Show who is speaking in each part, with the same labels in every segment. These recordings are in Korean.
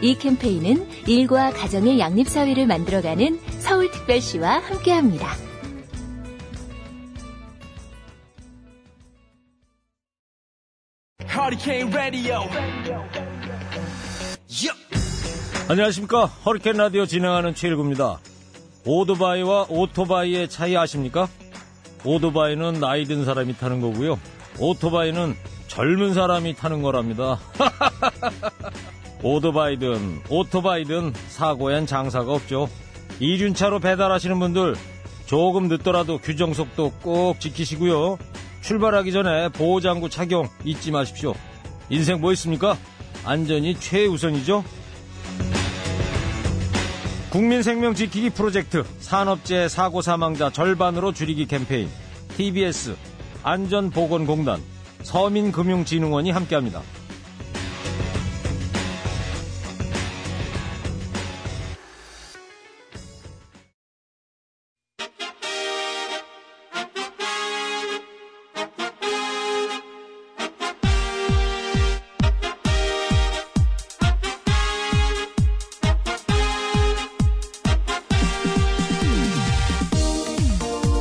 Speaker 1: 이 캠페인은 일과 가정의 양립사회를 만들어가는 서울특별시와 함께합니다.
Speaker 2: 안녕하십니까. 허리케인 라디오 진행하는 최일구입니다. 오토바이와 오토바이의 차이 아십니까? 오토바이는 나이 든 사람이 타는 거고요. 오토바이는 젊은 사람이 타는 거랍니다. 오토바이든 오토바이든 사고엔 장사가 없죠. 이륜차로 배달하시는 분들 조금 늦더라도 규정 속도 꼭 지키시고요. 출발하기 전에 보호장구 착용 잊지 마십시오. 인생 뭐 있습니까? 안전이 최우선이죠. 국민 생명 지키기 프로젝트 산업재해 사고 사망자 절반으로 줄이기 캠페인 TBS 안전보건공단 서민금융진흥원이 함께합니다.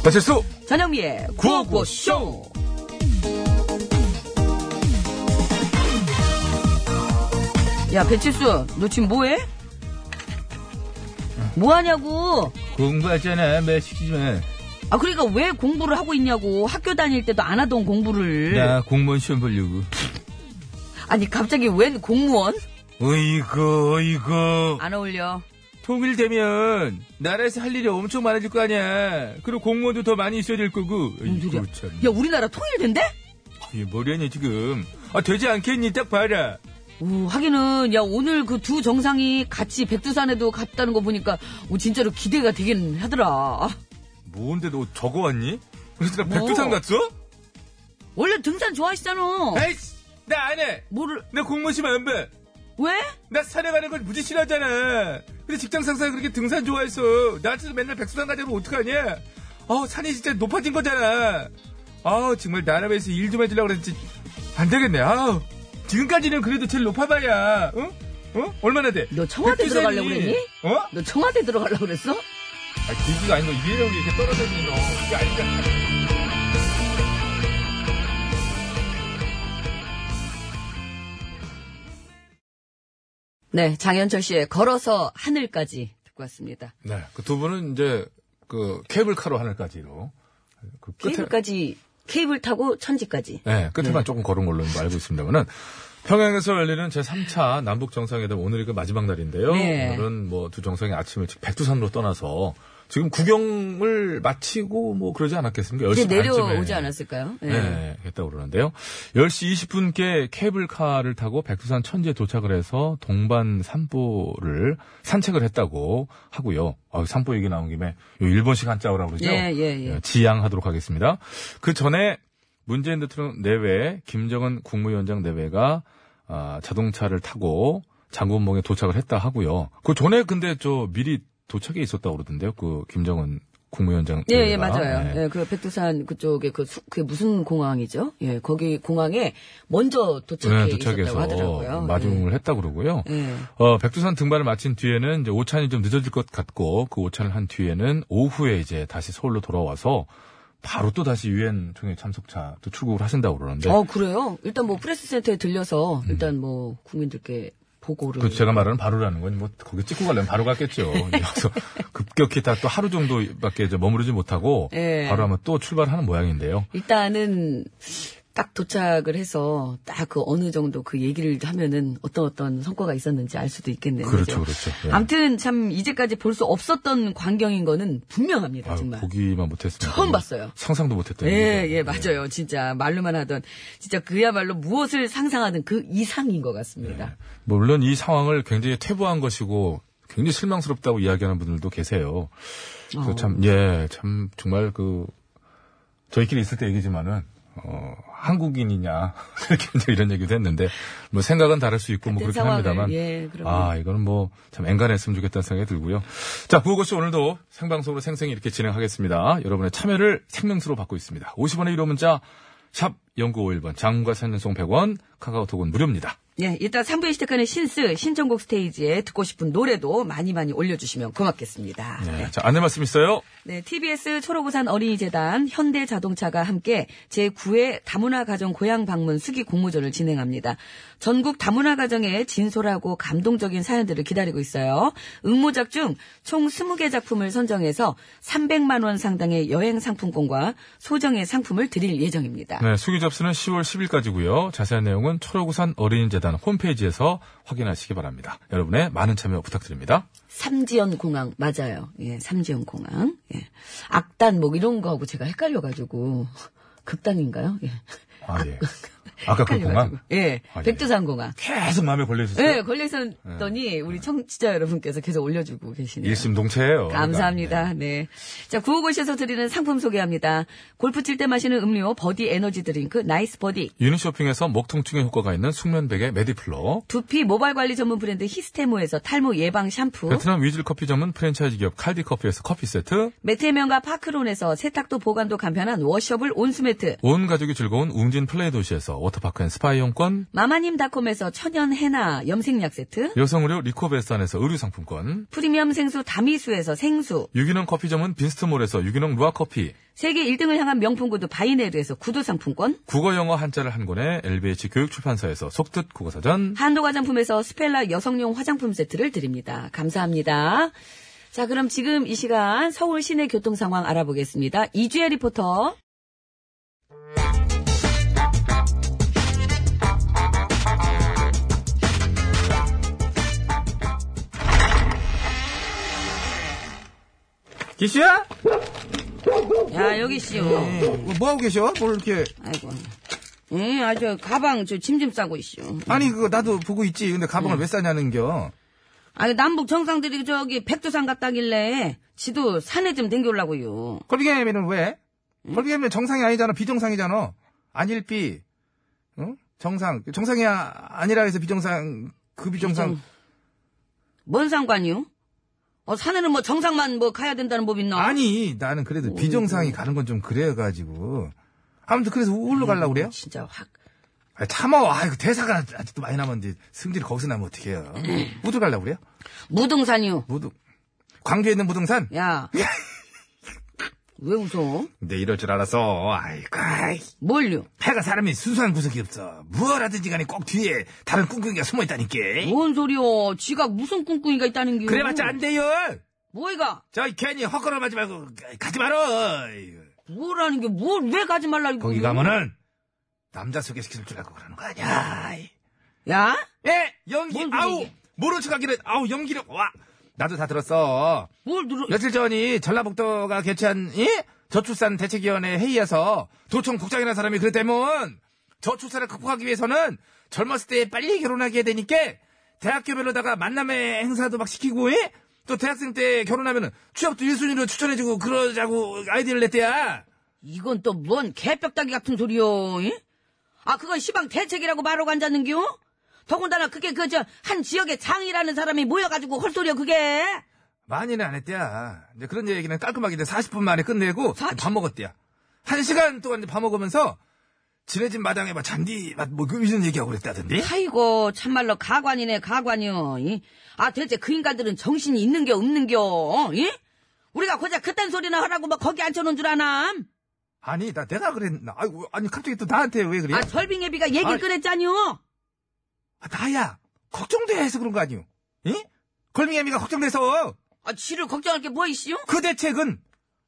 Speaker 3: 배칠수
Speaker 4: 전영미의 구호구쇼. 야 배칠수, 너 지금 뭐해? 뭐하냐고?
Speaker 3: 공부했잖아 매 시키지만
Speaker 4: 아 그러니까 왜 공부를 하고 있냐고? 학교 다닐 때도 안 하던 공부를.
Speaker 3: 나 아, 공무원 시험 보려고
Speaker 4: 아니 갑자기 웬 공무원?
Speaker 3: 어이구 어이구
Speaker 4: 안 어울려.
Speaker 3: 아, 통일되면 나라에서 할 일이 엄청 많아질 거 아니야 그리고 공무원도 더 많이 있어야 될 거고
Speaker 4: 무슨 소리야?
Speaker 3: 어이구 참
Speaker 4: 야 우리나라 통일된대?
Speaker 3: 이게 뭐라냐 지금 아 되지 않겠니 딱 봐라
Speaker 4: 오, 하기는 야 오늘 그 두 정상이 같이 백두산에도 갔다는 거 보니까 오, 진짜로 기대가 되긴 하더라. 아,
Speaker 3: 뭔데 너 저거 왔니? 그래서 나
Speaker 4: 뭐?
Speaker 3: 백두산 갔어?
Speaker 4: 원래 등산 좋아하시잖아.
Speaker 3: 에이씨 나 안해
Speaker 4: 뭐를
Speaker 3: 나 공무원 시험 안봐나
Speaker 4: 왜?
Speaker 3: 산에 가는 걸 무지 싫어하잖아 근데 직장 상사가 그렇게 등산 좋아해서 나한테도 맨날 백두산 가자면 어떡하냐 아 산이 진짜 높아진 거잖아 아 정말 나라에서 일 좀 해주려고 그랬지 안 되겠네 아 지금까지는 그래도 제일 높아봐야 응? 어? 얼마나 돼?
Speaker 4: 너 청와대
Speaker 3: 백두산이-
Speaker 4: 뭐 들어가려고 그랬니?
Speaker 3: 어?
Speaker 4: 너 청와대 들어가려고 그랬어?
Speaker 3: 아, 기기가 아닌 거 이해력이 이렇게 떨어졌니 너. 그게 아니잖아.
Speaker 4: 네, 장현철 씨의 걸어서 하늘까지 듣고 왔습니다.
Speaker 3: 네, 그 두 분은 이제 그 케이블카로 하늘까지로 그 끝에
Speaker 4: 케이블까지 케이블 타고 천지까지.
Speaker 3: 네, 끝에만 조금 걸은 걸로 알고 있습니다만은 평양에서 열리는 제3차 남북 정상회담 오늘이 그 마지막 날인데요.
Speaker 4: 네.
Speaker 3: 오늘은 뭐 두 정상이 아침 일찍 백두산으로 떠나서 지금 구경을 마치고 뭐 그러지 않았겠습니까? 10시
Speaker 4: 이제
Speaker 3: 반쯤에.
Speaker 4: 내려오지 않았을까요? 네.
Speaker 3: 네, 했다고 그러는데요. 10시 20분께 케이블카를 타고 백두산 천지에 도착을 해서 동반 산보를 산책을 했다고 하고요. 아, 산보 얘기 나온 김에 요 일본식 한자어라고 그러죠?
Speaker 4: 예, 예, 예.
Speaker 3: 지양하도록 하겠습니다. 그 전에 문재인 대통령 내외, 김정은 국무위원장 내외가 아, 자동차를 타고 장군봉에 도착을 했다 하고요. 그 전에 근데 저 미리 도착해 있었다고 그러던데요. 그 김정은 국무위원장
Speaker 4: 예, 예,
Speaker 3: 내외가.
Speaker 4: 맞아요.
Speaker 3: 네.
Speaker 4: 예, 그 백두산 그쪽에 그, 수, 그게 무슨 공항이죠? 예, 거기 공항에 먼저 도착해
Speaker 3: 네, 도착해서
Speaker 4: 있었다고 하더라고요.
Speaker 3: 마중을 했다 그러고요.
Speaker 4: 예. 예.
Speaker 3: 어, 백두산 등반을 마친 뒤에는 이제 오찬이 좀 늦어질 것 같고 그 오찬을 한 뒤에는 오후에 이제 다시 서울로 돌아와서 바로 또 다시 유엔 총회 참석차 또 출국을 하신다고 그러는데
Speaker 4: 어, 그래요? 일단 뭐 프레스 센터에 들려서 일단 뭐 국민들께 보고를.
Speaker 3: 음. 그 제가 말하는 바로라는 건 뭐 거기 찍고 가려면 바로 갔겠죠. 그래서 급격히 다 또 하루 정도밖에 이제 머무르지 못하고
Speaker 4: 예.
Speaker 3: 바로 하면 또 출발하는 모양인데요.
Speaker 4: 일단은 딱 도착을 해서 딱 그 어느 정도 그 얘기를 하면은 어떤 어떤 성과가 있었는지 알 수도 있겠네요.
Speaker 5: 그렇죠, 그렇죠. 예.
Speaker 4: 아무튼 참 이제까지 볼 수 없었던 광경인 거는 분명합니다.
Speaker 5: 아,
Speaker 4: 정말.
Speaker 5: 보기만 못했습니다.
Speaker 4: 처음 봤어요.
Speaker 5: 상상도 못했다.
Speaker 4: 예, 예, 맞아요. 진짜 말로만 하던 진짜 그야말로 무엇을 상상하는 그 이상인 것
Speaker 5: 예.
Speaker 4: 같습니다.
Speaker 5: 뭐 물론 이 상황을 굉장히 퇴보한 것이고 굉장히 실망스럽다고 이야기하는 분들도 계세요. 그래서
Speaker 4: 어.
Speaker 5: 참, 예, 참 정말 그 저희끼리 있을 때 얘기지만은 어, 한국인이냐 이렇게 이제 이런 얘기도 했는데 뭐 생각은 다를 수 있고 뭐
Speaker 4: 같은
Speaker 5: 그렇긴
Speaker 4: 상황을,
Speaker 5: 합니다만
Speaker 4: 예, 그럼요.
Speaker 5: 아 이거는 뭐 참 앵간했으면 좋겠다는 생각이 들고요. 자, 구호고쇼 오늘도 생방송으로 생생히 이렇게 진행하겠습니다. 여러분의 참여를 생명수로 받고 있습니다. 50원의 유료 문자 샵 0951번 장과 산년송 100원 카카오톡은 무료입니다.
Speaker 4: 예, 일단 3부에 시작하는 신스 신청곡 스테이지에 듣고 싶은 노래도 많이 많이 올려주시면 고맙겠습니다.
Speaker 5: 네, 자, 안내 말씀 있어요.
Speaker 4: 네, TBS 초록우산 어린이재단 현대자동차가 함께 제9회 다문화 가정 고향 방문 수기 공모전을 진행합니다. 전국 다문화 가정의 진솔하고 감동적인 사연들을 기다리고 있어요. 응모작 중 총 20개 작품을 선정해서 300만 원 상당의 여행 상품권과 소정의 상품을 드릴 예정입니다.
Speaker 5: 네, 수기 접수는 10월 10일까지고요. 자세한 내용은 초록우산 어린이재단 홈페이지에서 확인하시기 바랍니다. 여러분의 많은 참여 부탁드립니다.
Speaker 4: 삼지연 공항 맞아요. 예, 삼지연 공항. 예. 악단 뭐 이런 거하고 제가 헷갈려 가지고 극단인가요? 예.
Speaker 5: 아, 예. 아까 그
Speaker 4: 헷갈려가지고.
Speaker 5: 공항
Speaker 4: 예.
Speaker 5: 아, 예.
Speaker 4: 백두산 공항.
Speaker 5: 계속 마음에 걸려 있었어요.
Speaker 4: 예, 걸려 있었더니 우리 청취자 여러분께서 계속 올려주고 계시네요.
Speaker 5: 네. 일심동체예요. 뭐
Speaker 4: 감사합니다. 네. 자, 구호고시에서 드리는 상품 소개합니다. 골프 칠 때 마시는 음료 버디 에너지 드링크 나이스 버디.
Speaker 5: 유니쇼핑에서 목 통증에 효과가 있는 숙면베개 메디플러,
Speaker 4: 두피 모발 관리 전문 브랜드 히스테모에서 탈모 예방 샴푸.
Speaker 5: 베트남 위즐 커피 전문 프랜차이즈 기업 칼디 커피에서 커피 세트,
Speaker 4: 매트의 명가 파크론에서 세탁도 보관도 간편한 워셔블 온수매트.
Speaker 5: 온 가족이 즐거운 웅진 플레이 도시에서 워터파크 앤 스파 이용권,
Speaker 4: 마마님닷컴에서 천연 해나 염색약 세트.
Speaker 5: 여성 의료 리코베스탄에서 의류 상품권,
Speaker 4: 프리미엄 생수 다미수에서 생수.
Speaker 5: 유기농 커피 전문 빈스트몰에서 유기농 루아 커피,
Speaker 4: 세계 1등을 향한 명품 구두 바이네르에서 구두 상품권.
Speaker 5: 국어 영어 한자를 한 권에 LBH 교육출판사에서 속뜻 국어사전
Speaker 4: 한도 화장품에서 스펠라 여성용 화장품 세트를 드립니다. 감사합니다. 자, 그럼 지금 이 시간 서울 시내 교통 상황 알아보겠습니다. 이주혜 리포터.
Speaker 3: 기슈야?
Speaker 4: 야, 여기 씨요.
Speaker 3: 뭐 하고 계셔? 뭘 이렇게.
Speaker 4: 아이고. 응, 아, 저, 가방, 저, 짐 좀 싸고 있슈.
Speaker 3: 아니, 그거 나도 보고 있지. 근데
Speaker 5: 음.
Speaker 3: 가방을 왜 싸냐는 겨.
Speaker 4: 아니, 남북 정상들이 저기 백두산 갔다길래 지도 산에 좀 댕겨오려고요.
Speaker 3: 콜비게임에는 왜? 콜비게임은 정상이 아니잖아. 비정상이잖아. 안일비. 응? 정상. 정상이 야 아니라 해서 비정상, 그 비정상.
Speaker 4: 뭔 상관이요? 어, 산에는 뭐 정상만 뭐 가야 된다는 법 있나?
Speaker 3: 아니, 나는 그래도 비정상이 가는 건 좀 그래가지고. 아무튼 그래서 우울로 가려고 그래요?
Speaker 4: 진짜 확.
Speaker 3: 아, 참아. 아이고, 대사가 아직도 많이 남았는데 승질이 거기서 나면 어떡해요. 우드 가려고 그래요?
Speaker 4: 무등산이요.
Speaker 3: 무등. 광주에 있는 무등산?
Speaker 4: 야. 왜 웃어?
Speaker 3: 내 네, 이럴 줄 알았어. 아이고, 아이.
Speaker 4: 뭘요?
Speaker 3: 해가 사람이 순수한 구석이 없어. 무엇하든지 간에 꼭 뒤에 다른 꿍꿍이가 숨어있다니까.
Speaker 4: 뭔 소리요? 지가 무슨 꿍꿍이가 있다는 게.
Speaker 3: 그래봤자 안 돼요.
Speaker 4: 뭐이가?
Speaker 3: 저 괜히 헛걸음하지 말고 가지 마라.
Speaker 4: 뭐라는 게, 뭘, 왜 가지 말라고.
Speaker 3: 거기 가면은 남자 소개시킬 줄 알고 그러는 거 아니야.
Speaker 4: 야?
Speaker 3: 예, 연기
Speaker 4: 뭔 소리야,
Speaker 3: 아우
Speaker 4: 이게?
Speaker 3: 모른 척하기는 아우 연기력 와. 나도 다 들었어.
Speaker 4: 뭘 누르,
Speaker 3: 며칠 전이 전라북도가 개최한 이 저출산 대책위원회 회의에서 도청 국장이라는 사람이 그랬다면 저출산을 극복하기 위해서는 젊었을 때 빨리 결혼하게 해야 되니까 대학교별로다가 만남의 행사도 막 시키고 예? 또 대학생 때 결혼하면 취업도 1순위로 추천해주고 그러자고 아이디어를 냈대야.
Speaker 4: 이건 또 뭔 개벽다기 같은 소리요, 예? 아, 그건 시방 대책이라고 말하고 앉았는겨? 더군다나 그게 그, 저, 한 지역의 장이라는 사람이 모여가지고 헛소리야, 그게.
Speaker 3: 많이는 안 했대야. 이제 그런 얘기는 깔끔하게 이제 40분 만에 끝내고
Speaker 4: 사-
Speaker 3: 밥 먹었대야. 한 시간 동안 이제 밥 먹으면서 지내진 마당에 막 잔디 막뭐 이런 얘기하고 그랬다던데.
Speaker 4: 아이고, 참말로 가관이네, 가관이요. 예? 아, 대체 그 인간들은 정신이 있는겨, 없는겨, 예? 우리가 고작 그딴 소리나 하라고 막 거기 앉혀놓은 줄 아남?
Speaker 3: 아니 나 내가 그랬나? 아이고 아니 갑자기 또 나한테 왜 그래?
Speaker 4: 아, 절빙예비가 얘기를
Speaker 3: 아이.
Speaker 4: 꺼냈잖요.
Speaker 3: 아, 나야 걱정돼서 그런 거 아니오? 응? 걸빙애미가 걱정돼서
Speaker 4: 아, 지를 걱정할 게 뭐 있시요?
Speaker 3: 그 대책은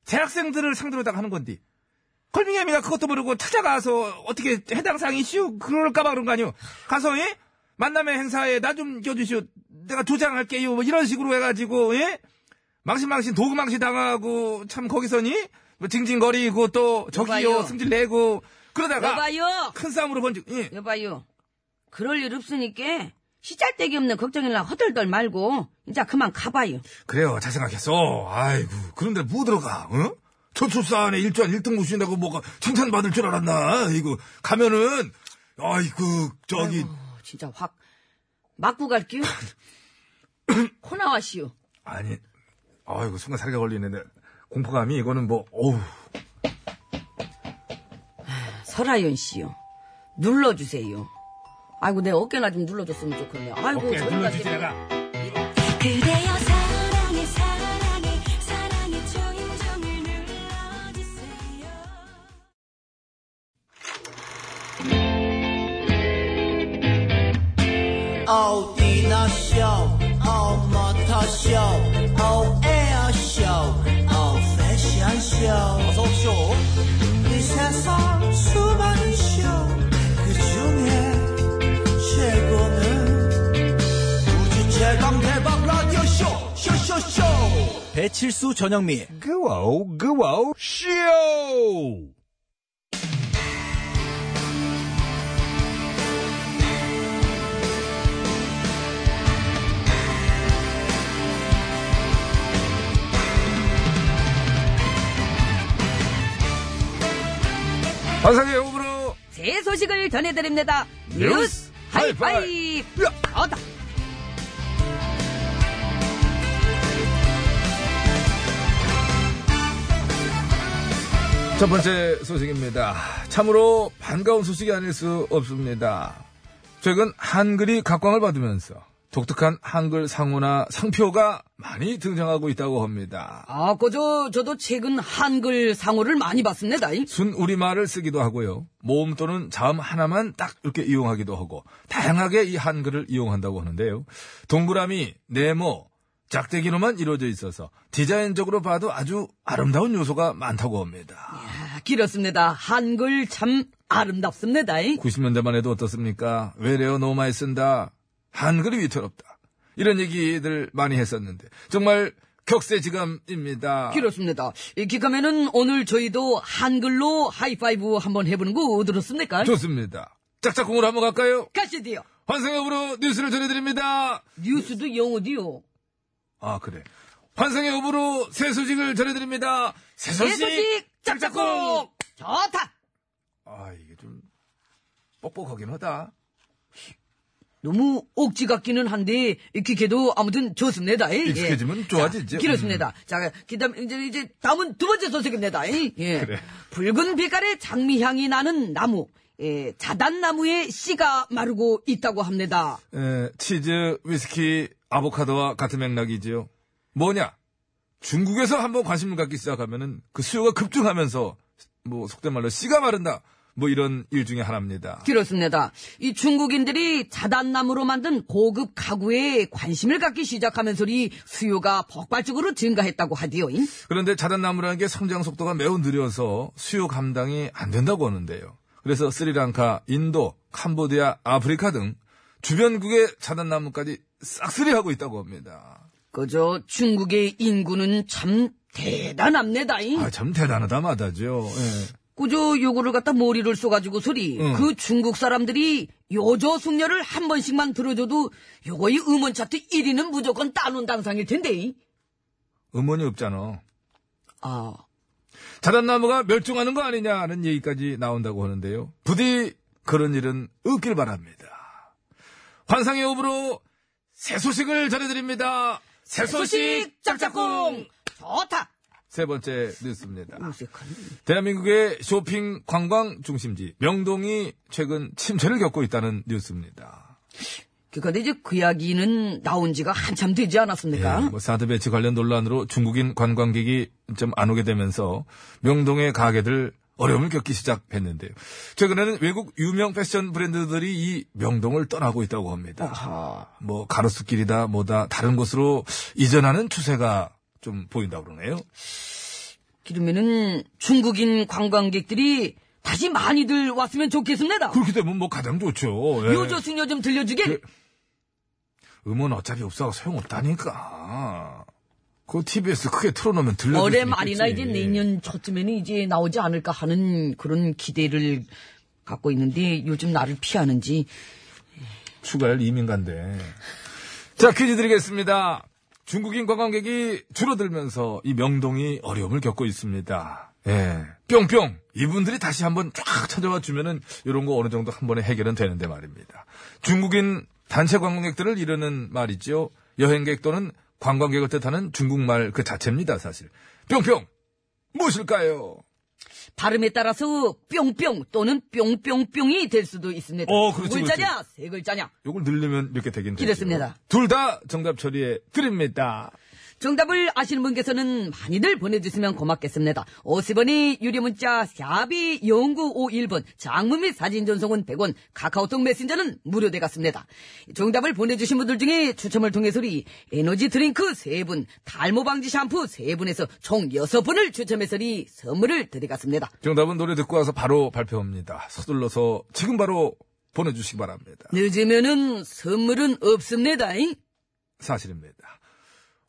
Speaker 3: 재학생들을 상대로다가 하는 건데 컬밍햄이가 그것도 모르고 찾아가서 어떻게 해당 사항이 슈 그럴까봐 그런 거 아니오. 가서 예? 만남의 행사에 나 좀 껴주시오. 내가 조장할게요. 뭐 이런 식으로 해가지고 예? 망신망신 도구망신 당하고 참 거기서니 뭐 징징거리고 또 저기요
Speaker 4: 여봐요.
Speaker 3: 승질내고 그러다가
Speaker 4: 여봐요.
Speaker 3: 큰 싸움으로 번지. 예.
Speaker 4: 여봐요. 그럴 일 없으니까 시잘데기 없는 걱정이나 허덜덜 말고 이제 그만 가봐요. 어,
Speaker 3: 그래요, 잘 생각했어. 아이고, 그런데 뭐 들어가, 응? 저출산에 일주일 1등 모신다고 뭐가 칭찬받을 줄 알았나? 이거, 가면은, 아이고, 저기,
Speaker 4: 어, 진짜 확 맞고 갈게요. 코 나와시오.
Speaker 3: 아니 아이고, 순간 살가 걸리는데, 공포감이 이거는 뭐, 어우,
Speaker 4: 설아연 씨요. 눌러주세요. 아이고 내 어깨나 좀 눌러줬으면 좋겠네요. 아이고
Speaker 3: 어깨
Speaker 4: 저리가
Speaker 3: 눌러주지,
Speaker 4: 되면-
Speaker 3: 내가.
Speaker 6: 그대여 사랑해 사랑해 사랑해 초인종을 눌러주세요
Speaker 7: 배칠수 전영미 그와우 그와우 쇼
Speaker 3: 반상의 호불호,
Speaker 4: 새 소식을 전해드립니다.
Speaker 3: 뉴스
Speaker 4: 뉴스 하이파이브. 아, 어다.
Speaker 3: 첫 번째 소식입니다. 참으로 반가운 소식이 아닐 수 없습니다. 최근 한글이 각광을 받으면서 독특한 한글 상호나 상표가 많이 등장하고 있다고 합니다.
Speaker 4: 아, 그저 저도 최근 한글 상호를 많이 봤습니다.
Speaker 3: 순 우리말을 쓰기도 하고요. 모음 또는 자음 하나만 딱 이렇게 이용하기도 하고 다양하게 이 한글을 이용한다고 하는데요. 동그라미, 네모, 짝대기로만 이루어져 있어서 디자인적으로 봐도 아주 아름다운 요소가 많다고 합니다.
Speaker 4: 아, 길었습니다. 한글 참 아름답습니다.
Speaker 3: 90년대만 해도 어떻습니까? 외래어 너무 많이 쓴다. 한글이 위태롭다. 이런 얘기들 많이 했었는데 정말 격세지감입니다.
Speaker 4: 길었습니다. 이 기카면은 오늘 저희도 한글로 하이파이브 한번 해보는 거 어들었습니까?
Speaker 3: 좋습니다. 짝짝꿍으로 한번 갈까요?
Speaker 4: 가시디요.
Speaker 3: 환승역으로 뉴스를 전해드립니다.
Speaker 4: 뉴스도 영어디요.
Speaker 3: 아 그래. 환상의 업으로 새 소식을 전해드립니다. 새 소식, 짝짝꿍.
Speaker 4: 좋다.
Speaker 3: 아 이게 좀 뻑뻑하긴 하다.
Speaker 4: 너무 억지 같기는 한데 기계도 아무튼 좋습니다. 예.
Speaker 3: 익숙해지면 좋아지죠. 음.
Speaker 4: 자, 길었습니다. 자, 그다음 이제 이제 다음은 두 번째 소식입니다. 예. 붉은 빛깔의 장미 향이 나는 나무. 예, 자단나무의 씨가 마르고 있다고 합니다.
Speaker 3: 에, 치즈, 위스키, 아보카도와 같은 맥락이지요. 뭐냐? 중국에서 한번 관심을 갖기 시작하면은 그 수요가 급증하면서 뭐 속된 말로 씨가 마른다. 뭐 이런 일 중에 하나입니다.
Speaker 4: 그렇습니다. 이 중국인들이 자단나무로 만든 고급 가구에 관심을 갖기 시작하면서 이 수요가 폭발적으로 증가했다고 하디요.
Speaker 3: 그런데 자단나무라는 게 성장 속도가 매우 느려서 수요 감당이 안 된다고 하는데요. 그래서 스리랑카, 인도, 캄보디아, 아프리카 등 주변국의 자단나무까지 싹쓸이하고 있다고 합니다.
Speaker 4: 그저 중국의 인구는 참 대단합니다. 잉.
Speaker 3: 아, 참 대단하다 마다죠. 예.
Speaker 4: 꾸저 요거를 갖다 머리를 쏘가지고 소리. 그 중국 사람들이 요저 숙녀를 한 번씩만 들어줘도 요거의 음원 차트 1위는 무조건 따놓은 당상일 텐데.
Speaker 3: 음원이 없잖아.
Speaker 4: 아,
Speaker 3: 자단나무가 멸종하는 거 아니냐는 얘기까지 나온다고 하는데요. 부디 그런 일은 없길 바랍니다. 환상의 호불호 새 소식을 전해드립니다. 새 소식 짝짝꿍!
Speaker 4: 좋다.
Speaker 3: 세 번째 뉴스입니다.
Speaker 4: 무색한.
Speaker 3: 대한민국의 쇼핑 관광 중심지 명동이 최근 침체를 겪고 있다는 뉴스입니다.
Speaker 4: 그니까 이제 그 이야기는 나온 지가 한참 되지 않았습니까?
Speaker 3: 예, 뭐 사드 배치 관련 논란으로 중국인 관광객이 좀 안 오게 되면서 명동의 가게들 어려움을 겪기 시작했는데요. 최근에는 외국 유명 패션 브랜드들이 이 명동을 떠나고 있다고 합니다. 뭐 가로수길이다 뭐다 다른 곳으로 이전하는 추세가 좀 보인다고 그러네요.
Speaker 4: 기르면은 중국인 관광객들이 다시 많이들 왔으면 좋겠습니다.
Speaker 3: 그렇게 되면 뭐 가장 좋죠. 예. 그,
Speaker 4: 요조승려 좀 들려주길.
Speaker 3: 음원 어차피 없어가 소용없다니까. 그 TBS 크게 틀어놓으면 들려.
Speaker 4: 올해 말이나
Speaker 3: 예.
Speaker 4: 이제 내년 저쯤에는 이제 나오지 않을까 하는 그런 기대를 갖고 있는데 요즘 나를 피하는지
Speaker 3: 추가열 이민간데. 자 퀴즈 드리겠습니다. 중국인 관광객이 줄어들면서 이 명동이 어려움을 겪고 있습니다. 예. 뿅뿅. 이분들이 다시 한번 쫙 찾아와 주면은 이런 거 어느 정도 한 번에 해결은 되는데 말입니다. 중국인 단체 관광객들을 이르는 말이죠. 여행객 또는 관광객을 뜻하는 중국말 그 자체입니다, 사실. 뿅뿅. 무엇일까요?
Speaker 4: 발음에 따라서 뿅뿅 또는 뿅뿅뿅이 될 수도 있습니다.
Speaker 3: 어, 그렇지,
Speaker 4: 두 글자냐 세 글자냐.
Speaker 3: 요걸 늘리면 이렇게 되긴 되죠.
Speaker 4: 이렇습니다.
Speaker 3: 둘 다 정답 처리해 드립니다.
Speaker 4: 정답을 아시는 분께서는 많이들 보내주시면 고맙겠습니다. 50원이 유료문자 샵이 0951번 장문 및 사진 전송은 100원 카카오톡 메신저는 무료되겠습니다. 정답을 보내주신 분들 중에 추첨을 통해서 리 에너지 드링크 3분 탈모방지 샴푸 3분에서 총 6분을 추첨해서 리 선물을 드리겠습니다.
Speaker 3: 정답은 노래 듣고 와서 바로 발표합니다. 서둘러서 지금 바로 보내주시기 바랍니다.
Speaker 4: 네. 늦으면은 선물은 없습니다. 잉?
Speaker 3: 사실입니다.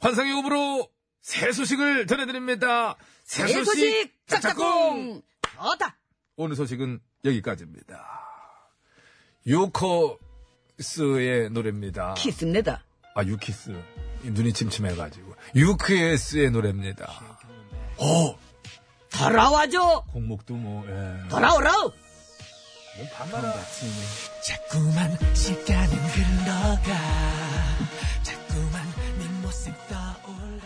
Speaker 3: 환상의 호흡으로 새 소식을 전해드립니다. 새
Speaker 4: 내 소식 짝짝꿍 좋다.
Speaker 3: 오늘 소식은 여기까지입니다. 유커스의 노래입니다.
Speaker 4: 키스입니다.
Speaker 3: 아, 유키스. 이 눈이 침침해가지고. 유크에스의 노래입니다. 오!
Speaker 4: 돌아와줘
Speaker 3: 공목도 뭐, 예.
Speaker 4: 돌아오라우
Speaker 8: 자꾸만 시간은 흘러가 자꾸만 네 모습 떠올라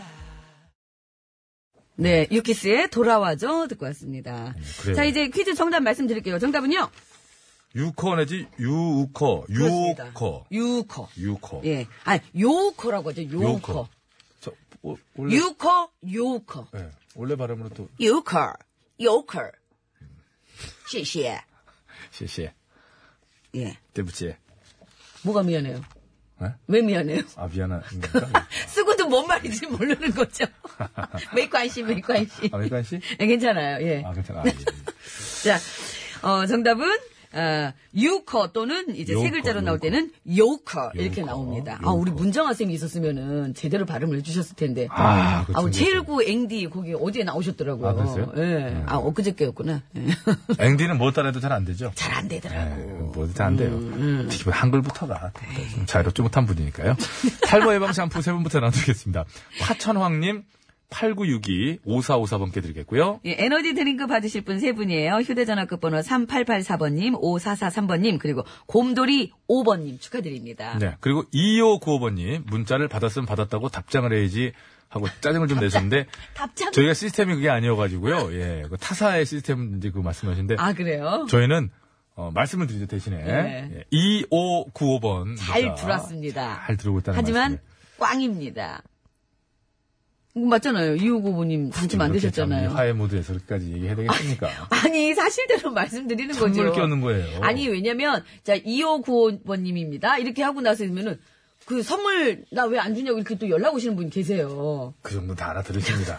Speaker 4: 네, 유키스의 돌아와줘 듣고 왔습니다.
Speaker 3: 음, 그래요.
Speaker 4: 자, 이제 퀴즈 정답 말씀드릴게요. 정답은요?
Speaker 3: 유커 내지 유우커. 유커.
Speaker 4: 그렇습니다. 유커.
Speaker 3: 유커.
Speaker 4: 예. 아니, 요커라고 하죠. 요커.
Speaker 3: 요커. 네. 저, 오- 원래,
Speaker 4: 유커, 요커.
Speaker 3: 예, 원래 발음으로 또,
Speaker 4: 유커, 요커. 谢谢.
Speaker 3: 시시,
Speaker 4: 예.
Speaker 3: 대부지.
Speaker 4: 뭐가 미안해요?
Speaker 3: 예?
Speaker 4: 왜 미안해요?
Speaker 3: 아, 미안합니다.
Speaker 4: 쓰고도 뭔 말인지 모르는 거죠. 메이관시, 메이관시.
Speaker 3: 아, 메이관 씨?
Speaker 4: 예, 괜찮아요. 예.
Speaker 3: 아, 괜찮아. 아, 예.
Speaker 4: 자, 어, 정답은 어, 유커 또는 이제 세
Speaker 3: 요커,
Speaker 4: 글자로 나올
Speaker 3: 요커.
Speaker 4: 때는 요커 이렇게
Speaker 3: 요커,
Speaker 4: 나옵니다. 아,
Speaker 3: 요커.
Speaker 4: 우리 문정아 쌤이 있었으면은 제대로 발음을 해주셨을 텐데.
Speaker 3: 아, 그렇죠,
Speaker 4: 우
Speaker 3: 그렇죠.
Speaker 4: 제일구 앵디 거기 어제 나오셨더라고요.
Speaker 3: 아, 그랬어요?
Speaker 4: 예. 아, 엊그저께였구나. 예.
Speaker 3: 앵디는 못 따라해도 잘 안 되죠?
Speaker 4: 잘 안 되더라고.
Speaker 3: 예, 뭐안 돼요.
Speaker 4: 음,
Speaker 3: 특히 한글부터가 좀 자유롭지 못한 분이니까요. 탈모 예방 샴푸 세 분부터 나누겠습니다. 파천황님, 8962-5454번께 드리겠고요.
Speaker 4: 예, 에너지 드링크 받으실 분 세 분이에요. 휴대전화 끝번호 3884번님, 5443번님, 그리고 곰돌이 5번님 축하드립니다.
Speaker 3: 네. 그리고 2595번님, 문자를 받았으면 받았다고 답장을 해야지 하고 짜증을 좀 내셨는데,
Speaker 4: 답장?
Speaker 3: 저희가 시스템이 그게 아니어가지고요. 예. 그 타사의 시스템 이제 그 말씀하신데,
Speaker 4: 아, 그래요?
Speaker 3: 저희는 어, 말씀을 드리죠 대신에
Speaker 4: 네.
Speaker 3: 예, 2595번
Speaker 4: 잘 들었습니다.
Speaker 3: 잘 들고 있다는
Speaker 4: 하지만
Speaker 3: 말씀을.
Speaker 4: 꽝입니다. 이거 맞잖아요. 이호구부님 단체
Speaker 3: 이렇게 참
Speaker 4: 만드셨잖아요.
Speaker 3: 화해 모드에서 그렇게까지 얘기해야 되겠습니까?
Speaker 4: 아니 사실대로 말씀드리는 거죠.
Speaker 3: 선물 껴는 거예요.
Speaker 4: 아니 왜냐면 자 2595번님입니다. 이렇게 하고 나서면은 그 선물 나 왜 안 주냐고 이렇게 또 연락 오시는 분 계세요.
Speaker 3: 그 정도 다 알아들으십니다.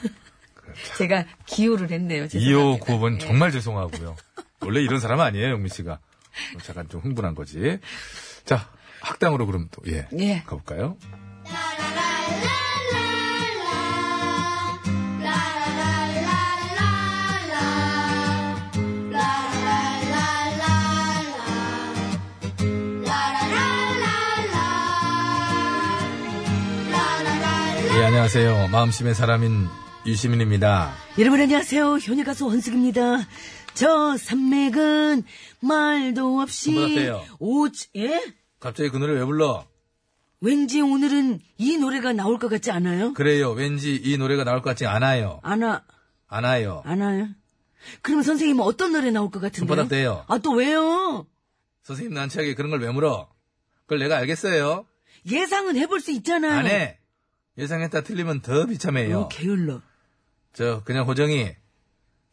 Speaker 4: 제가 기호를 했네요. 죄송합니다. 예.
Speaker 3: 2595번 정말 죄송하고요. 원래 이런 사람 아니에요, 영미 씨가. 어, 잠깐 좀 흥분한 거지. 자, 학당으로 그럼 또, 예.
Speaker 4: 예.
Speaker 3: 가볼까요? 예, 안녕하세요. 마음심의 사람인 유시민입니다.
Speaker 4: 여러분 안녕하세요. 현역 가수 헌숙입니다. 저 산맥은 말도
Speaker 3: 한번
Speaker 4: 없이
Speaker 3: 어때요?
Speaker 4: 오 예?
Speaker 3: 갑자기 그 노래 왜 불러?
Speaker 4: 왠지 오늘은 이 노래가 나올 것 같지 않아요?
Speaker 3: 그래요. 왠지 이 노래가 나올 것 같지 않아요.
Speaker 4: 아나
Speaker 3: 않아요.
Speaker 4: 안 와요. 그러면 선생님 은 어떤 노래 나올 것 같은데요?
Speaker 3: 손바닥 대요.
Speaker 4: 아, 또 왜요?
Speaker 3: 선생님 난처하게 그런 걸 왜 물어? 그걸 내가 알겠어요.
Speaker 4: 예상은 해볼 수 있잖아요.
Speaker 3: 안 해. 네. 예상했다 틀리면 더 비참해요.
Speaker 4: 어, 게을러.
Speaker 3: 저 그냥 호정이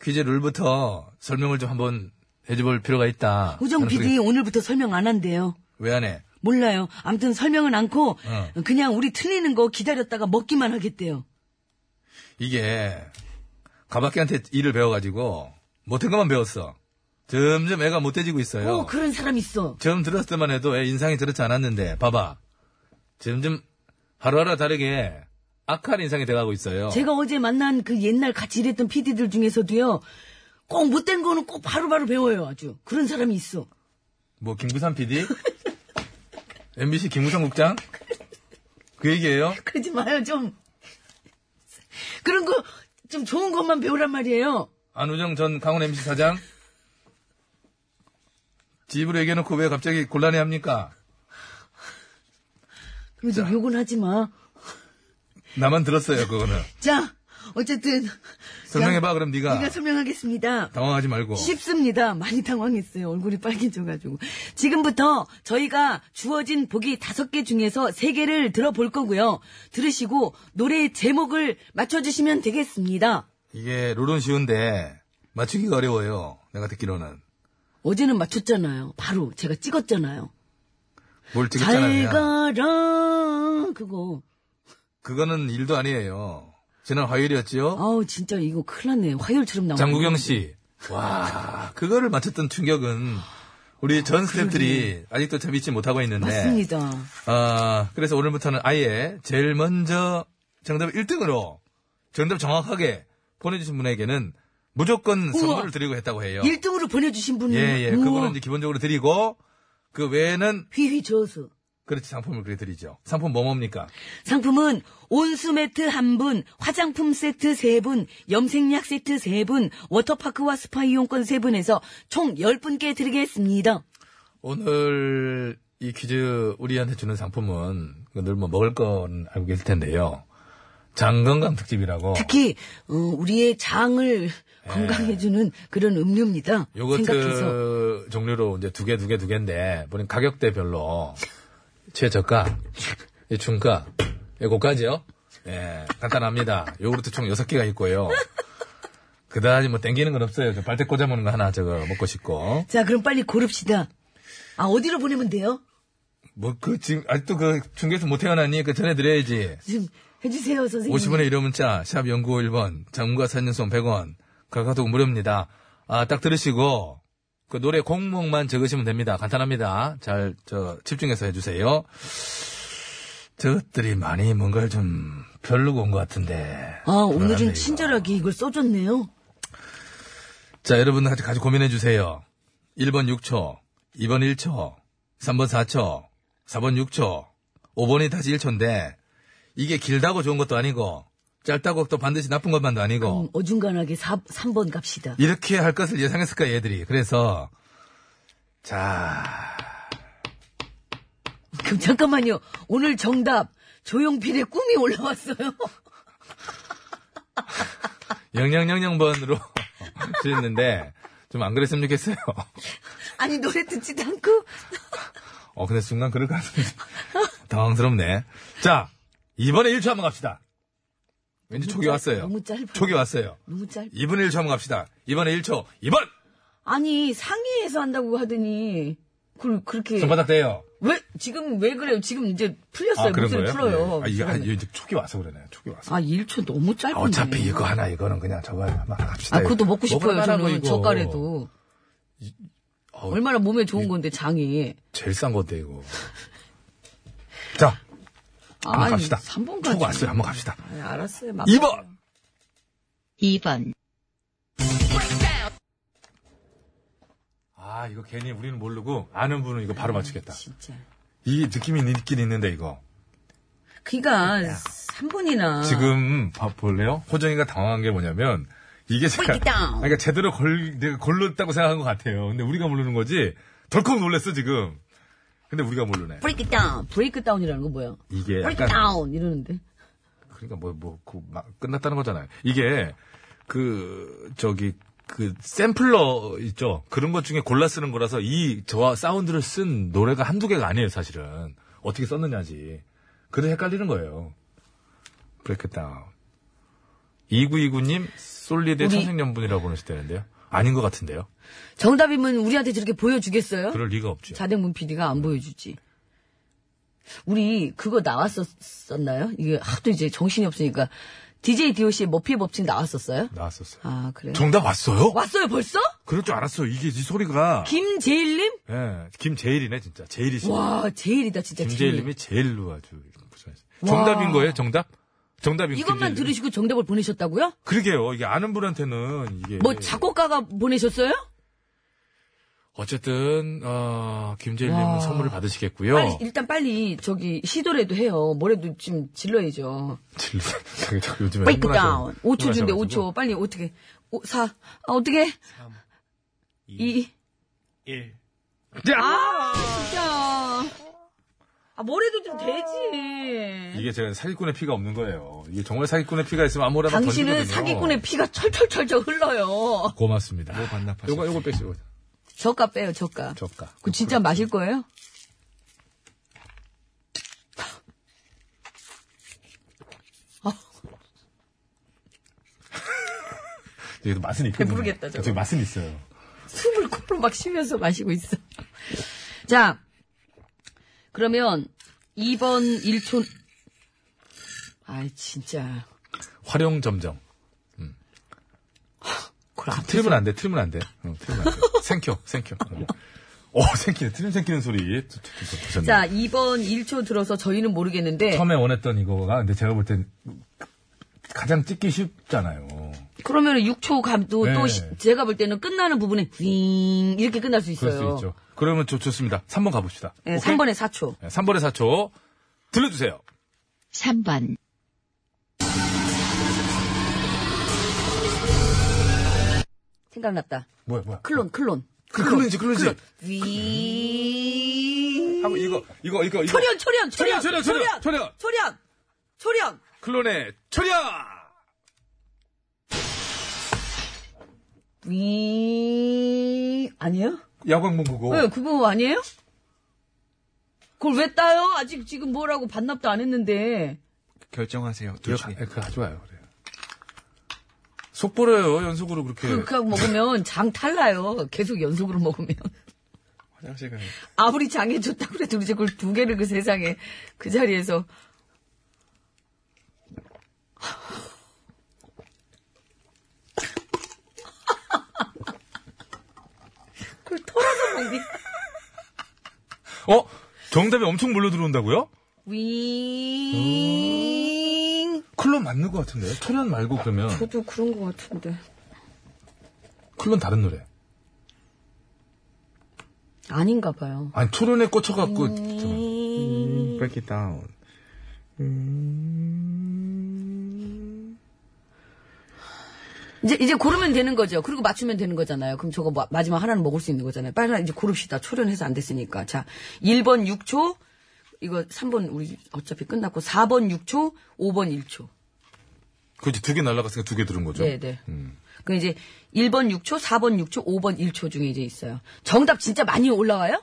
Speaker 3: 퀴즈 룰부터 설명을 좀 한번 해줘볼 필요가 있다.
Speaker 4: 호정
Speaker 3: 나는
Speaker 4: PD
Speaker 3: 그게
Speaker 4: 오늘부터 설명 안 한대요.
Speaker 3: 왜 안 해?
Speaker 4: 몰라요. 아무튼 설명은 않고
Speaker 3: 어.
Speaker 4: 그냥 우리 틀리는 거 기다렸다가 먹기만 하겠대요.
Speaker 3: 이게 가박이한테 일을 배워가지고 못한 것만 배웠어. 점점 애가 못해지고 있어요.
Speaker 4: 어, 그런 사람 있어.
Speaker 3: 처음 들었을 때만 해도 애 인상이 저렇지 않았는데 봐봐. 점점 하루하루 다르게 악한 인상이 돼가고 있어요.
Speaker 4: 제가 어제 만난 그 옛날 같이 일했던 PD들 중에서도요. 꼭 못된 거는 꼭 바로바로 배워요, 아주. 그런 사람이 있어.
Speaker 3: 뭐 김구산 PD? MBC 김구산 국장? 그 얘기예요?
Speaker 4: 그러지 마요, 좀. 그런 거, 좀 좋은 것만 배우란 말이에요.
Speaker 3: 안우정 전 강원 MC 사장? 집으로 얘기해놓고 왜 갑자기 곤란해합니까?
Speaker 4: 그리고 좀 욕은 하지 마.
Speaker 3: 나만 들었어요 그거는.
Speaker 4: 자, 어쨌든.
Speaker 3: 설명해봐 그럼 네가.
Speaker 4: 네가 설명하겠습니다.
Speaker 3: 당황하지 말고.
Speaker 4: 쉽습니다. 많이 당황했어요. 얼굴이 빨개져가지고. 지금부터 저희가 주어진 보기 다섯 개 중에서 세 개를 들어볼 거고요. 들으시고 노래 제목을 맞춰주시면 되겠습니다.
Speaker 3: 이게 룰은 쉬운데 맞추기가 어려워요. 내가 듣기로는.
Speaker 4: 어제는 맞췄잖아요. 바로 제가 찍었잖아요.
Speaker 3: 뭘
Speaker 4: 잘
Speaker 3: 찍었잖아요. 그냥.
Speaker 4: 가라 그거.
Speaker 3: 그거는 일도 아니에요. 지난 화요일이었지요?
Speaker 4: 아우 진짜 이거 큰일 났네. 화요일처럼 나오네.
Speaker 3: 장국영 씨. 와, 그거를 맞췄던 충격은 우리 전 스태프들이 아직도 참 잊지 못하고 있는데.
Speaker 4: 맞습니다.
Speaker 3: 아, 그래서 오늘부터는 아예 제일 먼저 정답 1등으로 정답 정확하게 보내주신 분에게는 무조건 선물을 드리고 했다고 해요.
Speaker 4: 1등으로 보내주신 분은
Speaker 3: 네. 예, 예.
Speaker 4: 우와,
Speaker 3: 그거는 이제 기본적으로 드리고, 그 외에는,
Speaker 4: 휘휘 저어서.
Speaker 3: 그렇지, 상품을 그래 드리죠. 상품 뭐 뭡니까?
Speaker 4: 상품은 온수 매트 한 분, 화장품 세트 세 분, 염색약 세트 세 분, 워터파크와 스파 이용권 세 분에서 총 10분께 드리겠습니다.
Speaker 3: 오늘 이 퀴즈 우리한테 주는 상품은 늘 뭐 먹을 건 알고 계실 텐데요. 장건강 특집이라고.
Speaker 4: 특히 어, 우리의 장을 건강해주는 그런 음료입니다.
Speaker 3: 예. 요거트
Speaker 4: 생각해서
Speaker 3: 종류로 이제 두 개, 두 개, 두 개인데, 본인 가격대별로 최저가, 예, 중가, 예, 고가지요? 예, 간단합니다. 요구르트 총 여섯 개가 있고요. 그다지 뭐 땡기는 건 없어요. 저 빨대 꽂아 먹는 거 하나 저거 먹고 싶고.
Speaker 4: 자 그럼 빨리 고릅시다. 아 어디로 보내면 돼요?
Speaker 3: 뭐, 그, 지금, 아직도 그, 중계에서 못 태어났니? 그 전해드려야지.
Speaker 4: 지금 해주세요 선생님.
Speaker 3: 50원의 유료 문자, 샵 0951번, 장문과 사진송 100원, 가가도 무료입니다. 아, 딱 들으시고, 그 노래 공목만 적으시면 됩니다. 간단합니다. 잘, 저, 집중해서 해주세요. 저것들이 많이 뭔가를 좀 별로고 온 것 같은데.
Speaker 4: 아 오늘은
Speaker 3: 불안한데, 이거.
Speaker 4: 친절하게 이걸 써줬네요.
Speaker 3: 자, 여러분 같이 같이 고민해주세요. 1번 6초, 2번 1초, 3번 4초, 4번 6초, 5번이 다시 1초인데, 이게 길다고 좋은 것도 아니고, 짧다고 또 반드시 나쁜 것만도 아니고,
Speaker 4: 음, 어중간하게 4, 3번 갑시다.
Speaker 3: 이렇게 할 것을 예상했을까 얘들이 그래서 자
Speaker 4: 그럼 잠깐만요. 오늘 정답 조용필의 꿈이 올라왔어요.
Speaker 3: 영영영영번으로 드렸는데 좀 안 그랬으면 좋겠어요.
Speaker 4: 아니 노래 듣지도 않고
Speaker 3: 어 근데 순간 그럴 것 같은데 당황스럽네. 자 이번에 1초 한번 갑시다. 왠지
Speaker 4: 너무
Speaker 3: 촉이
Speaker 4: 짧-
Speaker 3: 왔어요.
Speaker 4: 너무 짧아.
Speaker 3: 촉이 왔어요.
Speaker 4: 너무 짧.
Speaker 3: 2분의 1초 한번 갑시다. 이번에 1초. 2번
Speaker 4: 아니 상의해서 한다고 하더니 그 그렇게
Speaker 3: 손바닥 아, 대요.
Speaker 4: 왜 지금 왜 그래요? 지금 이제 풀렸어요. 목소리 풀어요.
Speaker 3: 예. 아, 이게, 아,
Speaker 4: 그러네.
Speaker 3: 이게 이제 촉이 와서 그러네. 촉이 와서.
Speaker 4: 아 1초 너무 짧은데.
Speaker 3: 어차피 이거 하나 이거는 그냥 저거 하나 갑시다.
Speaker 4: 아 그것도 먹고
Speaker 3: 먹을
Speaker 4: 싶어요.
Speaker 3: 만한 거
Speaker 4: 저는
Speaker 3: 이거.
Speaker 4: 젓갈에도
Speaker 3: 어,
Speaker 4: 얼마나 몸에 좋은 건데 장이.
Speaker 3: 제일 싼 건데 이거. 자, 한번 갑시다.
Speaker 4: 3번
Speaker 3: 초고
Speaker 4: 가지.
Speaker 3: 왔어요. 한번 갑시다.
Speaker 4: 아니, 알았어요. 막
Speaker 3: 2번.
Speaker 1: 2번,
Speaker 3: 아, 이거 괜히 우리는 모르고 아는 분은 이거 바로 맞추겠다.
Speaker 4: 진짜.
Speaker 3: 이 느낌이 있긴 있는데 이거.
Speaker 4: 그니까 3번이나
Speaker 3: 지금 봐 볼래요? 호정이가 당황한 게 뭐냐면 이게 제가
Speaker 4: Break it down.
Speaker 3: 아, 그러니까 제대로 걸 내가 걸렸다고 생각한 것 같아요. 근데 우리가 모르는 거지. 덜컥 놀랐어 지금. 근데 우리가 모르네.
Speaker 4: 브레이크 다운. 브레이크 다운이라는 거 뭐야?
Speaker 3: 이게
Speaker 4: 브레이크
Speaker 3: 약간
Speaker 4: 다운 이러는데.
Speaker 3: 그러니까 뭐, 뭐, 그, 막, 끝났다는 거잖아요. 이게, 그, 저기, 그, 샘플러 있죠? 그런 것 중에 골라 쓰는 거라서 이, 저와 사운드를 쓴 노래가 한두 개가 아니에요, 사실은. 어떻게 썼느냐지. 그래 헷갈리는 거예요. 브레이크 다운. 2929님, 솔리드의
Speaker 4: 우리-
Speaker 3: 천생연분이라고 보내셨다는데요. 아닌 것 같은데요?
Speaker 4: 정답이면 우리한테 저렇게 보여주겠어요?
Speaker 3: 그럴 리가 없죠.
Speaker 4: 자댕문 PD가 안 보여주지. 우리 그거 나왔었나요? 이게 하도 이제 정신이 없으니까 DJ DOC 머피 법칙 나왔었어요?
Speaker 3: 나왔었어요.
Speaker 4: 아, 그래요?
Speaker 3: 정답 왔어요?
Speaker 4: 왔어요, 벌써?
Speaker 3: 그럴 줄 알았어요. 이게 이 소리가.
Speaker 4: 김재일님?
Speaker 3: 예, 김제일이네, 진짜. 제일이 씨.
Speaker 4: 와, 제일이다, 진짜.
Speaker 3: 김제일님이 제일로 아주 부산에서. 정답인 거예요, 정답? 정답인
Speaker 4: 이것만
Speaker 3: 김제일님이?
Speaker 4: 들으시고 정답을 보내셨다고요?
Speaker 3: 그러게요. 이게 아는 분한테는 이게.
Speaker 4: 뭐 작곡가가 보내셨어요?
Speaker 3: 어쨌든, 어, 김제일님은
Speaker 4: 와.
Speaker 3: 선물을 받으시겠고요.
Speaker 4: 빨리, 일단 빨리 저기 시도라도 해요. 뭐라도 지금 질러야죠.
Speaker 3: 질문. 저기, 저기 요즘에.
Speaker 4: 브레이크
Speaker 3: 흥분하셔-
Speaker 4: 다운. 5초 준대,
Speaker 3: 흥분하셔가지고.
Speaker 4: 5초. 빨리, 어떻게. 5, 4, 아, 어떻게. 2,
Speaker 9: 1.
Speaker 4: 아, 진짜. 아, 뭐래도 좀 되지.
Speaker 3: 이게 제가 사기꾼의 피가 없는 거예요. 이게 정말 사기꾼의 피가 있으면 아무거나
Speaker 4: 당신은
Speaker 3: 던지거든요.
Speaker 4: 사기꾼의 피가 철철철철 흘러요.
Speaker 3: 고맙습니다.
Speaker 9: 뭐 반납하셨어요?
Speaker 3: 요거, 요거 빼세요. 요거.
Speaker 4: 저가 빼요, 저가.
Speaker 3: 저가.
Speaker 4: 그 진짜 마실 거예요?
Speaker 3: 이게 맛은 있고.
Speaker 4: 배부르겠다, 저거.
Speaker 3: 저기 맛은 있어요.
Speaker 4: 숨을 코로 막 쉬면서 마시고 있어. 자, 그러면 2번 1초. 아이, 진짜.
Speaker 3: 활용 점정.
Speaker 4: 그걸 앞에서
Speaker 3: 틀면 안 돼, 틀면 안 돼. 응, 틀면 안 돼. 생켜, 생켜. 응. 어, 생기네. 틀림 생기는 소리. 저- 저- 저- 보셨네.
Speaker 4: 자, 예. 2번 1초 들어서 저희는 모르겠는데.
Speaker 3: 처음에 원했던 이거가, 근데 제가 볼 땐 가장 찍기 쉽잖아요.
Speaker 4: 그러면 6초 감도
Speaker 3: 네.
Speaker 4: 또 시- 제가 볼 때는 끝나는 부분에 윙 이렇게 끝날 수 있어요.
Speaker 3: 그럴 수 있죠. 그러면 좋, 좋습니다. 3번 가봅시다. 예,
Speaker 4: 네, 3번에 4초.
Speaker 3: 3번의 4초. 들려주세요.
Speaker 1: 3번,
Speaker 4: 생각났다.
Speaker 3: 뭐야, 뭐야.
Speaker 4: 클론, 클론.
Speaker 3: 그, 클론이지, 클론이지.
Speaker 4: 윙.
Speaker 3: 하고 이거, 이거, 이거, 이거.
Speaker 4: 초련, 초련, 초련,
Speaker 3: 초련, 초련, 초련.
Speaker 4: 초련, 초련.
Speaker 3: 클론의 초련!
Speaker 4: 윙. 아니에요?
Speaker 3: 야광문 그거.
Speaker 4: 왜 그거 아니에요? 그걸 왜 따요? 아직 지금 뭐라고 반납도 안 했는데.
Speaker 9: 결정하세요. 둘
Speaker 3: 그거,
Speaker 9: 중에.
Speaker 3: 가- 예, 그거 하지 마요, 그래요. 속보려요, 연속으로 그렇게.
Speaker 9: 예.
Speaker 4: 그렇게 하고 먹으면 장 탈나요. 계속 연속으로 먹으면.
Speaker 9: 화장실 가요.
Speaker 4: 아무리 장에 좋다고 그래도 이제 그걸 두 개를 그 세상에 그 자리에서 그걸 털어서 먹니?
Speaker 3: 어? 정답이 엄청 몰려 들어온다고요?
Speaker 4: 윙.
Speaker 3: 클론 맞는 것 같은데요? 초련 말고 그러면
Speaker 4: 저도 어. 그런 것 같은데.
Speaker 3: 클론 다른 노래.
Speaker 4: 아닌가 봐요.
Speaker 3: 아니 초련에 꽂혀갖고
Speaker 4: 음.
Speaker 3: 잠깐만.
Speaker 9: Break it down.
Speaker 4: 이제 이제 고르면 되는 거죠. 그리고 맞추면 되는 거잖아요. 그럼 저거 마- 마지막 하나는 먹을 수 있는 거잖아요. 빨리 하나 이제 고릅시다. 초련해서 안 됐으니까. 자, 1번 6초. 이거 3번 우리 어차피 끝났고 4번 6초, 5번 1초.
Speaker 3: 그렇지 두 개 날라갔으니까 두 개 들은 거죠. 음.
Speaker 4: 네, 네. 그 이제 1번 6초, 4번 6초, 5번 1초 중에 이제 있어요. 정답 진짜 많이 올라와요?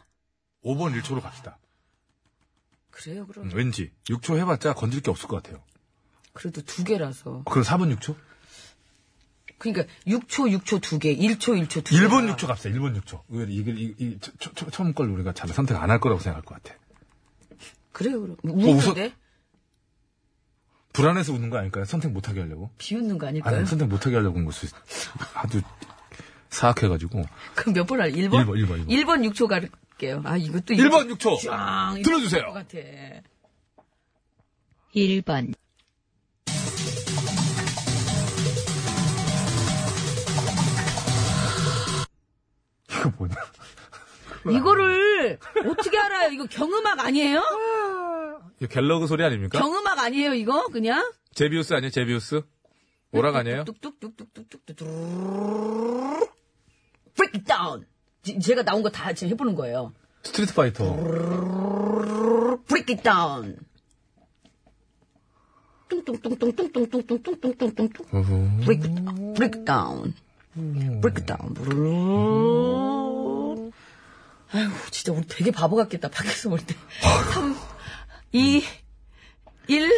Speaker 3: 5번 1초로 갑시다.
Speaker 4: 그래요, 그럼.
Speaker 3: 음, 왠지 6초 해봤자 건질 게 없을 것 같아요.
Speaker 4: 그래도 두 개라서.
Speaker 3: 그럼 4번 6초?
Speaker 4: 그러니까 6초, 6초 두 개, 1초, 1초 두 개.
Speaker 3: 1번 6초 갑시다. 1번 6초. 의외로 이걸 이, 이, 처- 처- 처- 처음 걸 우리가 잘 선택 안 할 거라고 생각할 것 같아.
Speaker 4: 그래요, 그럼.
Speaker 3: 웃어.
Speaker 4: 웃는데?
Speaker 3: 불안해서 우는 거 아닐까요? 선택 못하게 하려고.
Speaker 4: 비웃는 거 아닐까요?
Speaker 3: 아니 선택 못하게 하려고 온 것이 아주 사악해가지고.
Speaker 4: 그럼 몇 번 할? 1번?
Speaker 3: 일 번, 일 번, 일 번.
Speaker 4: 6초 갈게요. 아, 이것도
Speaker 3: 1번 6초.
Speaker 4: 쫙 이렇게
Speaker 3: 들어주세요.
Speaker 4: 될것 같아.
Speaker 1: 1번,
Speaker 3: 이거 뭐냐?
Speaker 4: 이거를 어떻게 알아요? 이거 경음악 아니에요?
Speaker 3: 이거 갤러그 소리 아닙니까?
Speaker 4: 경음악 아니에요, 이거? 그냥?
Speaker 3: 제비우스 아니에요? 제비우스? 오락 아니에요?
Speaker 4: 뚝뚝뚝뚝뚝뚝뚝뚝뚝. 브레이크 다운. 지- 제가 나온 거 다 지금 해보는 거예요.
Speaker 3: 스트리트 파이터.
Speaker 4: 브레이크 다운. 뚱뚱뚱뚱뚱뚱뚱뚱뚱뚱뚱뚱뚱. 브레이크 다운. 브레이크 다운. 브레이크 다운. 아휴, 진짜 우리 되게 바보 같겠다. 밖에서 볼 때. 3, 2, 1.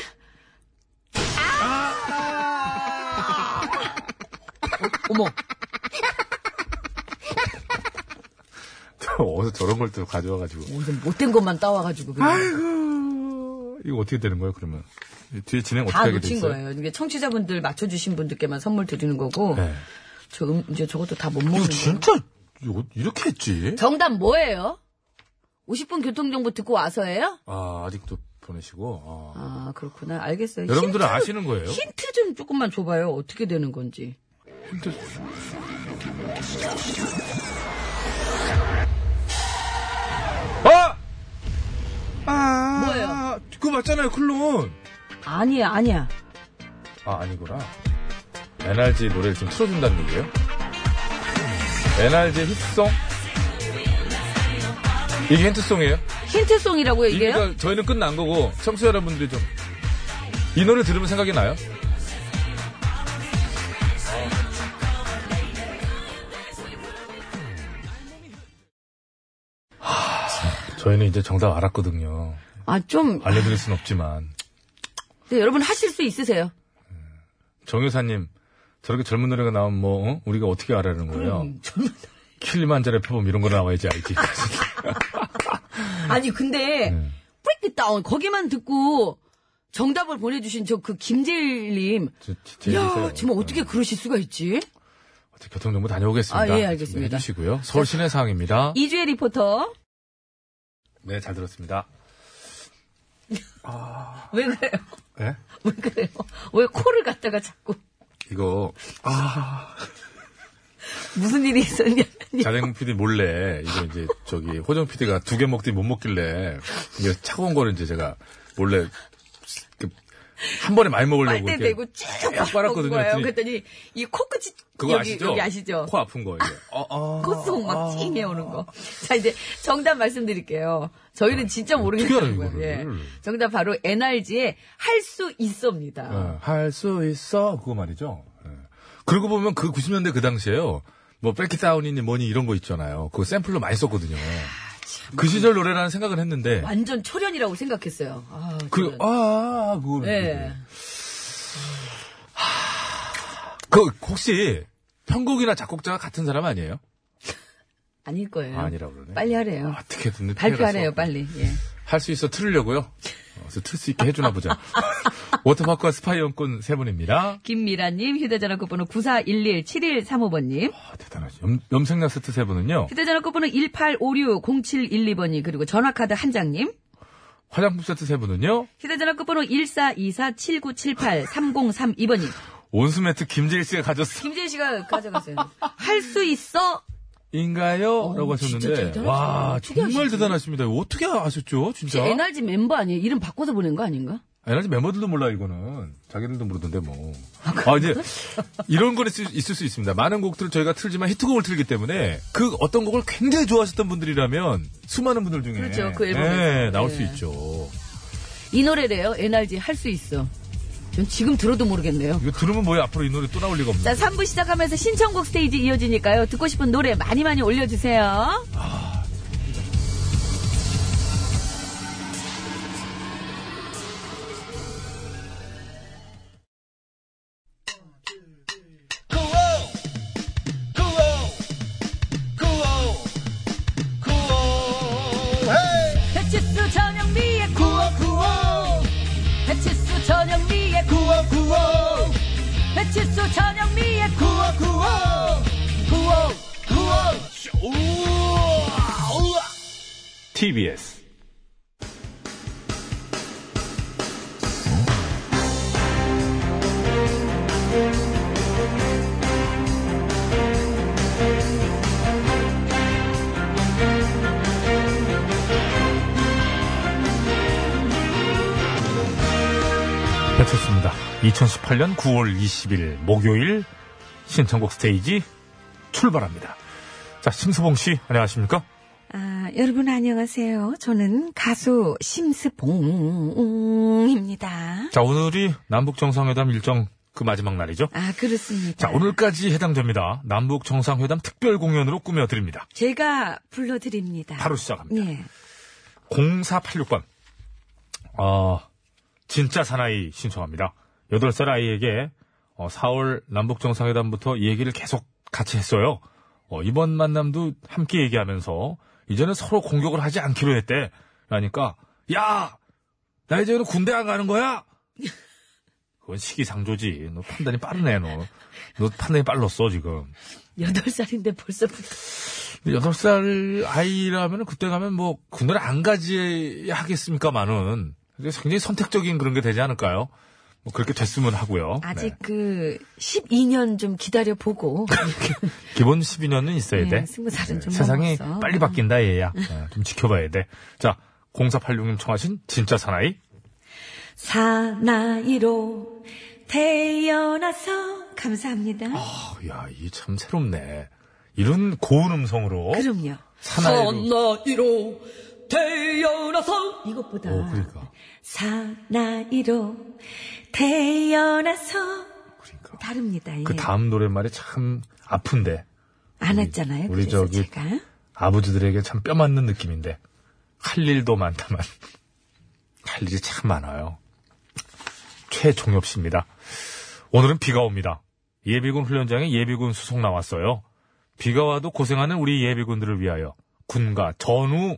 Speaker 4: 아! 어머,
Speaker 3: 어디서 저런 걸 또 가져와가지고.
Speaker 4: 무슨 못된 것만 따와가지고. 그냥.
Speaker 3: 아이고, 이거 어떻게 되는 거예요, 그러면? 이 뒤에 진행 어떻게
Speaker 4: 음. 다
Speaker 3: 하게 돼
Speaker 4: 놓친
Speaker 3: 있어요?
Speaker 4: 거예요. 이게 청취자분들 맞춰주신 분들께만 선물 드리는 거고
Speaker 3: 네.
Speaker 4: 저 음- 이제 저것도 다 못 먹는
Speaker 3: 이거
Speaker 4: 거예요.
Speaker 3: 진짜 이거 이렇게 했지?
Speaker 4: 정답 뭐예요? 50분 교통정보 듣고 와서예요?
Speaker 3: 아, 아직도 보내시고. 아.
Speaker 4: 아 그렇구나 알겠어요.
Speaker 3: 여러분들은
Speaker 4: 힌트,
Speaker 3: 아시는 거예요?
Speaker 4: 힌트 좀 조금만 줘봐요. 어떻게 되는 건지.
Speaker 3: 아!
Speaker 4: 뭐예요?
Speaker 3: 아, 그거 맞잖아요, 클론.
Speaker 4: 아니야 아니야.
Speaker 3: 아, 아니구나. NRG 노래를 지금 틀어준다는 얘기예요? NRG 히트송? 이게 히트송이에요?
Speaker 4: 힌트송이라고요 이게요?
Speaker 3: 그러니까 저희는 끝난 거고 청취자 여러분들이 좀 이 노래 들으면 생각이 나요? 하, 저희는 이제 정답 알았거든요.
Speaker 4: 아 좀
Speaker 3: 알려드릴 순 없지만
Speaker 4: 네, 여러분 하실 수 있으세요?
Speaker 3: 정유사님 저렇게 젊은 노래가 나오면 뭐 어? 우리가 어떻게 알아는 거예요?
Speaker 4: 음.
Speaker 3: 킬리만자레 표범 이런 거 나와야지 알지.
Speaker 4: 아, 아니 근데
Speaker 3: 음.
Speaker 4: 브레이크 다운 거기만 듣고 정답을 보내주신 저 그 김재일님.
Speaker 3: 제- 제- 제
Speaker 4: 야
Speaker 3: 얘기세요. 음.
Speaker 4: 정말 어떻게 그러실 수가 있지?
Speaker 3: 어떻게 교통정보 다녀오겠습니다. 네,
Speaker 4: 아, 예, 알겠습니다.
Speaker 3: 해주시고요. 서울 시내 상황입니다.
Speaker 4: 이주혜 리포터
Speaker 3: 네, 잘 들었습니다.
Speaker 4: 왜 그래요?
Speaker 3: 네?
Speaker 4: 왜 그래요? 왜 코를 갖다가 자꾸
Speaker 3: 이거
Speaker 4: 무슨 일이 있었냐?
Speaker 3: 자댕 PD 몰래 이거 이제 저기 호정 PD가 두 개 먹더니 못 먹길래 이거 차가운 거를 이제 제가 몰래 이렇게 한 번에 많이 먹으려고
Speaker 4: 빨대 대고 쭉
Speaker 3: 빨았거든요.
Speaker 4: 빨았거든요. 거예요.
Speaker 3: 그랬더니
Speaker 4: 그랬더니 이 코끝이
Speaker 3: 그거
Speaker 4: 여기,
Speaker 3: 아시죠?
Speaker 4: 여기 아시죠?
Speaker 3: 코 아픈 거 이게. 어, 어.
Speaker 4: 콧속 막 찡해 오는 거. 자 이제 정답 말씀드릴게요. 저희는 진짜
Speaker 3: 알아요,
Speaker 4: 모르겠다는 거예요. 예.
Speaker 3: 이거를.
Speaker 4: 정답 바로 NRG의 할 수 있어입니다.
Speaker 3: 네. 할 수 있어 그거 말이죠. 예. 그러고 보면 그 90년대 그 당시에요. 뭐 백키 다운이니 뭐니 이런 거 있잖아요. 그거 샘플로 많이 썼거든요.
Speaker 4: 아,
Speaker 3: 그 시절 노래라는 생각은 했는데
Speaker 4: 완전 초련이라고 생각했어요. 아, 저는.
Speaker 3: 그, 아, 그거.
Speaker 4: 예.
Speaker 3: 그, 혹시, 편곡이나 작곡자가 같은 사람 아니에요?
Speaker 4: 아닐 거예요.
Speaker 3: 아, 아니라 그러네.
Speaker 4: 빨리 하래요.
Speaker 3: 어떻게든 늦게
Speaker 4: 발표하래요, 빨리. 예.
Speaker 3: 할수 있어 틀으려고요. 어, 그래서 틀 수 있게 해주나 보자. 워터파크와 스파이 연권 세 분입니다.
Speaker 4: 김미라님, 휴대전화 끝번호 9411-7135번님,
Speaker 3: 아, 대단하죠. 염, 염색약 세트 세 분은요.
Speaker 4: 휴대전화 끝번호 1856-0712번님, 그리고 전화카드 한 장님,
Speaker 3: 화장품 세트 세 분은요.
Speaker 4: 휴대전화 끝번호 1424-7978-3032번님.
Speaker 3: 온수 매트 김재일 씨가 가졌어.
Speaker 4: 김재희 씨가 가져갔어요. 할 수 있어!
Speaker 3: 인가요? 라고
Speaker 4: 어, 진짜
Speaker 3: 하셨는데.
Speaker 4: 대단하시다.
Speaker 3: 와,
Speaker 4: 어떻게
Speaker 3: 정말
Speaker 4: 아시지?
Speaker 3: 대단하십니다. 어떻게 아셨죠? 진짜.
Speaker 4: NRG 멤버 아니에요? 이름 바꿔서 보낸 거 아닌가?
Speaker 3: 에너지 멤버들도 몰라 이거는 자기들도 모르던데 뭐. 아 이제 이런 건 있을, 있을 수 있습니다. 많은 곡들을 저희가 틀지만 히트곡을 틀기 때문에 그 어떤 곡을 굉장히 좋아하셨던 분들이라면 수많은 분들 중에
Speaker 4: 그렇죠. 그 앨범에서.
Speaker 3: 네, 나올
Speaker 4: 네.
Speaker 3: 수 있죠.
Speaker 4: 이 노래래요. NRG 할 수 있어. 전 지금 들어도 모르겠네요.
Speaker 3: 이거 들으면 뭐야 앞으로 이 노래 또 나올 리가 없는.
Speaker 4: 자, 3부 시작하면서 신청곡 스테이지 이어지니까요. 듣고 싶은 노래 많이 많이 올려주세요. 배치수 전영미의 구호 구호 배치수 전영미의 구호 구호 배치수 전영미의 구호
Speaker 10: TBS.
Speaker 3: 배쳤습니다. 2018년 9월 20일 목요일 신청곡 스테이지 출발합니다. 자 심수봉 씨 안녕하십니까?
Speaker 4: 아, 여러분 안녕하세요. 저는 가수 심스봉입니다.
Speaker 3: 자 오늘이 남북 정상회담 일정 그 마지막 날이죠.
Speaker 4: 아, 그렇습니다.
Speaker 3: 자, 오늘까지 해당됩니다. 남북 정상회담 특별 공연으로 꾸며드립니다.
Speaker 4: 제가 불러드립니다.
Speaker 3: 바로 시작합니다.
Speaker 4: 예.
Speaker 3: 0486번. 어, 진짜 사나이 신청합니다. 8살 아이에게 어, 4월 남북 정상회담부터 이 얘기를 계속 같이 했어요. 어, 이번 만남도 함께 얘기하면서 이제는 서로 공격을 하지 않기로 했대. 라니까 야! 나 이제 그럼 군대 안 가는 거야? 그건 시기상조지. 너 판단이 빠르네, 너. 너 판단이 빨랐어, 지금.
Speaker 4: 8살인데
Speaker 3: 네.
Speaker 4: 벌써부터.
Speaker 3: 여덟 살 아이라면 그때 가면 뭐 군대를 안 가지 하겠습니까만은 굉장히 선택적인 그런 게 되지 않을까요? 뭐 그렇게 됐으면 하고요.
Speaker 4: 아직
Speaker 3: 네.
Speaker 4: 그 12년 좀 기다려보고.
Speaker 3: 기본 12년은 있어야
Speaker 4: 네,
Speaker 3: 돼.
Speaker 4: 스무 살은 좀
Speaker 3: 세상이
Speaker 4: 넘었어.
Speaker 3: 빨리 바뀐다 얘야. 네, 좀 지켜봐야 돼. 자, 0486님 청하신 진짜 사나이.
Speaker 4: 사나이로 태어나서 감사합니다.
Speaker 3: 어, 야, 이 참 새롭네. 이런 고운 음성으로
Speaker 4: 그럼요.
Speaker 3: 사나이로.
Speaker 4: 사나이로 태어나서 이것보다
Speaker 3: 오,
Speaker 4: 아,
Speaker 3: 그러니까.
Speaker 4: 사나이로 태어나서
Speaker 3: 그러니까.
Speaker 4: 다릅니다. 이게
Speaker 3: 그 다음 노랫말이 참 아픈데.
Speaker 4: 네. 안 했잖아요.
Speaker 3: 우리
Speaker 4: 그래서
Speaker 3: 저기-
Speaker 4: 제가
Speaker 3: 아버지들에게 참 뼈맞는 느낌인데 할 일도 많다만 할 일이 참 많아요. 최종엽 씨입니다. 오늘은 비가 옵니다. 예비군 훈련장에 예비군 수속 나왔어요. 비가 와도 고생하는 우리 예비군들을 위하여 군가 전우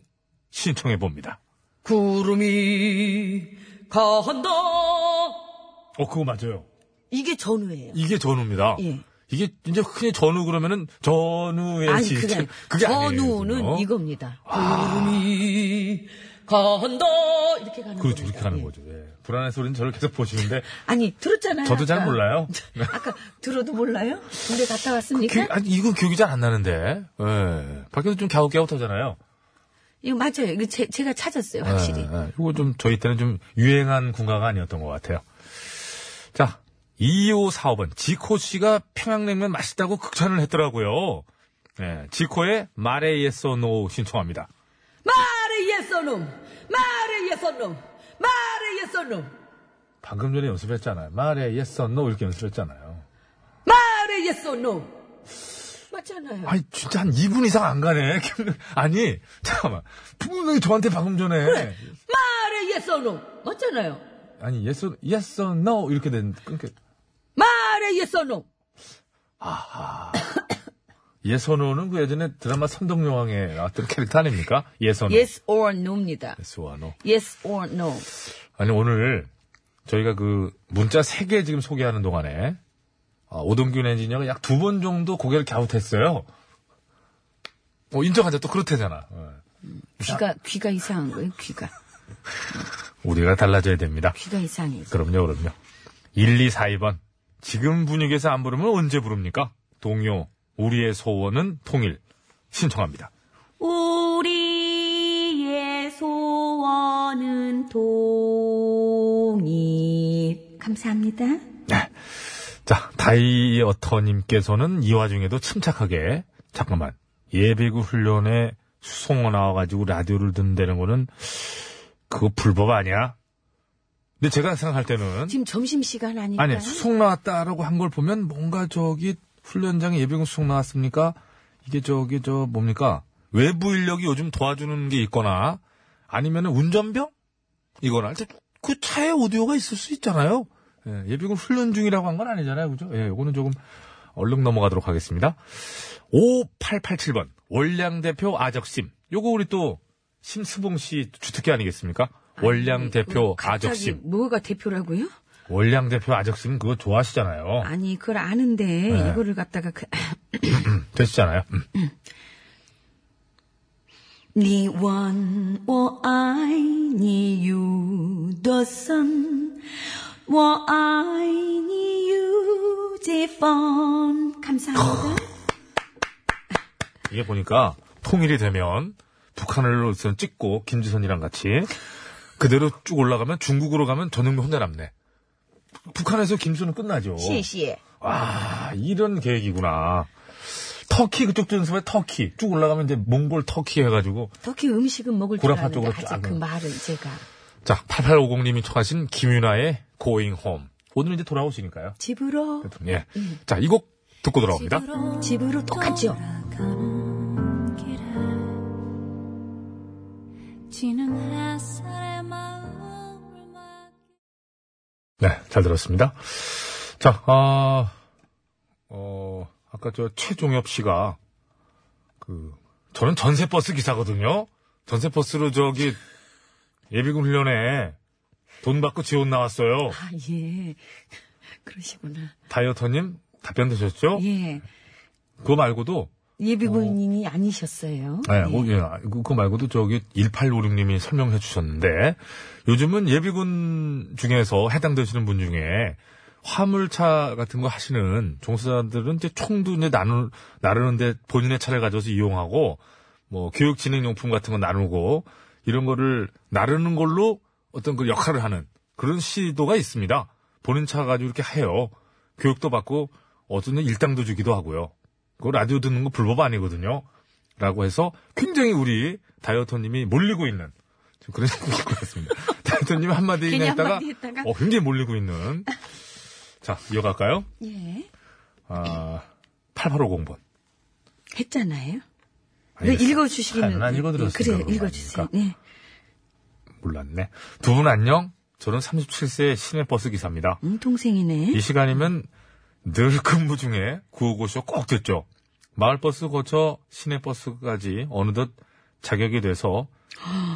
Speaker 3: 신청해 봅니다.
Speaker 4: 구름이 간다.
Speaker 3: 어 그거 맞아요.
Speaker 4: 이게 전우예요.
Speaker 3: 이게 전우입니다.
Speaker 4: 예.
Speaker 3: 이게 이제 흔히 전우 그러면은 전우의
Speaker 4: 아니
Speaker 3: 시-
Speaker 4: 그게 아니
Speaker 3: 예, 그게 아니에요,
Speaker 4: 전우는
Speaker 3: 그거. 아.
Speaker 4: 이겁니다. 구름이 간다 이렇게 가는 거죠.
Speaker 3: 그렇죠 이렇게 하는 거죠. 예. 불안한 소리는 저를 계속 보시는데
Speaker 4: 아니 들었잖아요.
Speaker 3: 저도 잘
Speaker 4: 아까.
Speaker 3: 몰라요.
Speaker 4: 아까 들어도 몰라요? 군대 갔다
Speaker 3: 기,
Speaker 4: 왔습니까?
Speaker 3: 그, 아니, 이건 기억이 잘 안 나는데. 예. 밖에도 좀 갸웃갸웃하잖아요.
Speaker 4: 이거 맞아요. 이거 제, 제가 찾았어요, 확실히.
Speaker 3: 예, 예. 이거 좀 저희 때는 좀 유행한 군가가 아니었던 것 같아요. 자, 2545번. 지코 씨가 평양냉면 맛있다고 극찬을 했더라고요. 예, 지코의 말의 yes or no 신청합니다.
Speaker 4: 말해 예선놈, 말해 예선놈, 말해 예선놈,
Speaker 3: 방금 전에 연습했잖아요. 말의 yes or no 이렇게 연습했잖아요.
Speaker 4: 말해 예선놈. 맞잖아요.
Speaker 3: 아니, 진짜 한 2분 이상 안 가네. 아니, 잠깐만. 분명히 저한테 방금 전에.
Speaker 4: 말해 예선놈. 맞잖아요.
Speaker 3: 아니, yes or, yes or no 이렇게 된, 끊겨.
Speaker 4: 말해 예선놈.
Speaker 3: 예선호는 그 예전에 드라마 선동여왕에 나왔던 캐릭터 아닙니까? 예선호.
Speaker 4: Yes or no입니다.
Speaker 3: 예스와노.
Speaker 4: Yes or no.
Speaker 3: 아니, 오늘 저희가 그 문자 3개 지금 소개하는 동안에 아, 오동균 엔지니어가 약 두 번 정도 고개를 갸웃했어요. 어, 인정하자. 또 그렇대잖아. 어.
Speaker 4: 귀가 귀가 이상한 거예요. 귀가
Speaker 3: 우리가 달라져야 됩니다.
Speaker 4: 귀가 이상해요.
Speaker 3: 그럼요, 그럼요. 1, 2, 4, 2번. 지금 분위기에서 안 부르면 언제 부릅니까? 동요. 우리의 소원은 통일. 신청합니다.
Speaker 4: 우리의 소원은 동일. 감사합니다.
Speaker 3: 자, 다이어터님께서는 이 와중에도 침착하게, 잠깐만, 예비군 훈련에 수송어 나와가지고 라디오를 듣는다는 거는, 그거 불법 아니야? 근데 제가 생각할 때는,
Speaker 4: 지금 점심 시간 아니까요?
Speaker 3: 아니, 수송 나왔다라고 한 걸 보면 뭔가 저기 훈련장에 예비군 수송 나왔습니까? 이게 저기 저 뭡니까? 외부 인력이 요즘 도와주는 게 있거나 아니면 운전병? 이거나 하여튼 그 차에 오디오가 있을 수 있잖아요. 예, 비군 훈련 중이라고 한 건 아니잖아요. 그죠? 예, 요거는 조금 얼른 넘어가도록 하겠습니다. 5887번 월량 대표 아적심. 요거 우리 또 심수봉 씨 주특기 아니겠습니까? 월량 대표
Speaker 4: 뭐그 갑자기
Speaker 3: 아적심.
Speaker 4: 뭐가 대표라고요?
Speaker 3: 월량 대표 아적심 그거 좋아하시잖아요.
Speaker 4: 아니 그걸 아는데
Speaker 3: 네.
Speaker 4: 이거를 갖다가 그,
Speaker 3: 되시잖아요. 음.
Speaker 4: 니네 원, 워 아이, 니 유, 더 선, 워 아이, 니 유, 제폰 감사합니다.
Speaker 3: 이게 보니까 통일이 되면 북한을 우선 찍고 김지선이랑 같이 그대로 쭉 올라가면 중국으로 가면 전용민 혼자 남네. 북한에서 김수는 끝나죠.
Speaker 4: 시시에.
Speaker 3: 와 이런 계획이구나. 터키 그쪽도 연습해 터키 쭉 올라가면 이제 몽골 터키 해가지고
Speaker 4: 터키 음식은 먹을 줄
Speaker 3: 구라파
Speaker 4: 아는데
Speaker 3: 쪽으로
Speaker 4: 아직
Speaker 3: 쫙
Speaker 4: 그
Speaker 3: 가면.
Speaker 4: 말을 제가
Speaker 3: 자 8850님이 청하신 김윤아의 Going Home 오늘 이제 돌아오시니까요.
Speaker 4: 집으로
Speaker 3: 예. 자이 곡 듣고 돌아옵니다.
Speaker 4: 집으로 똑같죠.
Speaker 11: 돌아가는 길에 지는 햇살에 마음을 막
Speaker 3: 네, 잘 들었습니다. 자, 아, 어, 아까 저 최종엽 씨가, 그, 저는 전세버스 기사거든요? 전세버스로 저기, 예비군 훈련에 돈 받고 지원 나왔어요.
Speaker 4: 아, 예. 그러시구나.
Speaker 3: 다이어터님 답변 되셨죠?
Speaker 4: 예.
Speaker 3: 그거 말고도
Speaker 4: 예비군인이 아니셨어요.
Speaker 3: 네,
Speaker 4: 예.
Speaker 3: 어, 예, 아, 그- 그거 말고도 저기 1856님이 설명해 주셨는데 요즘은 예비군 중에서 해당되시는 분 중에 화물차 같은 거 하시는 종사자들은 이제 총도 이제 나누 나르는데 본인의 차를 가져서 이용하고 뭐 교육 진행 용품 같은 거 나누고 이런 거를 나르는 걸로 어떤 그 역할을 하는 그런 시도가 있습니다. 본인 차 가지고 이렇게 해요. 교육도 받고 어떤 데 일당도 주기도 하고요. 그거 라디오 듣는 거 불법 아니거든요. 라고 해서 굉장히 우리 다이어터님이 몰리고 있는 지금 그런 생각이 들고 있습니다. 다이어터님 한마디
Speaker 4: 괜히
Speaker 3: 했다가
Speaker 4: 한마디 했다가?
Speaker 3: 어, 굉장히 몰리고 있는 자 이어갈까요?
Speaker 4: 예.
Speaker 3: 아 8850번
Speaker 4: 했잖아요. 네,
Speaker 3: 아니,
Speaker 4: 읽어주시기는. 예,
Speaker 3: 아, 난 읽어드렸으니까
Speaker 4: 그래,
Speaker 3: 그런 거
Speaker 4: 읽어주세요.
Speaker 3: 아닙니까?
Speaker 4: 네.
Speaker 3: 몰랐네. 두 분 안녕. 저는 37세 시내버스 기사입니다.
Speaker 4: 음, 동생이네.
Speaker 3: 이 시간이면 늘 근무 중에 구호고쇼 꼭 듣죠. 마을버스 거쳐 시내버스까지 어느덧 자격이 돼서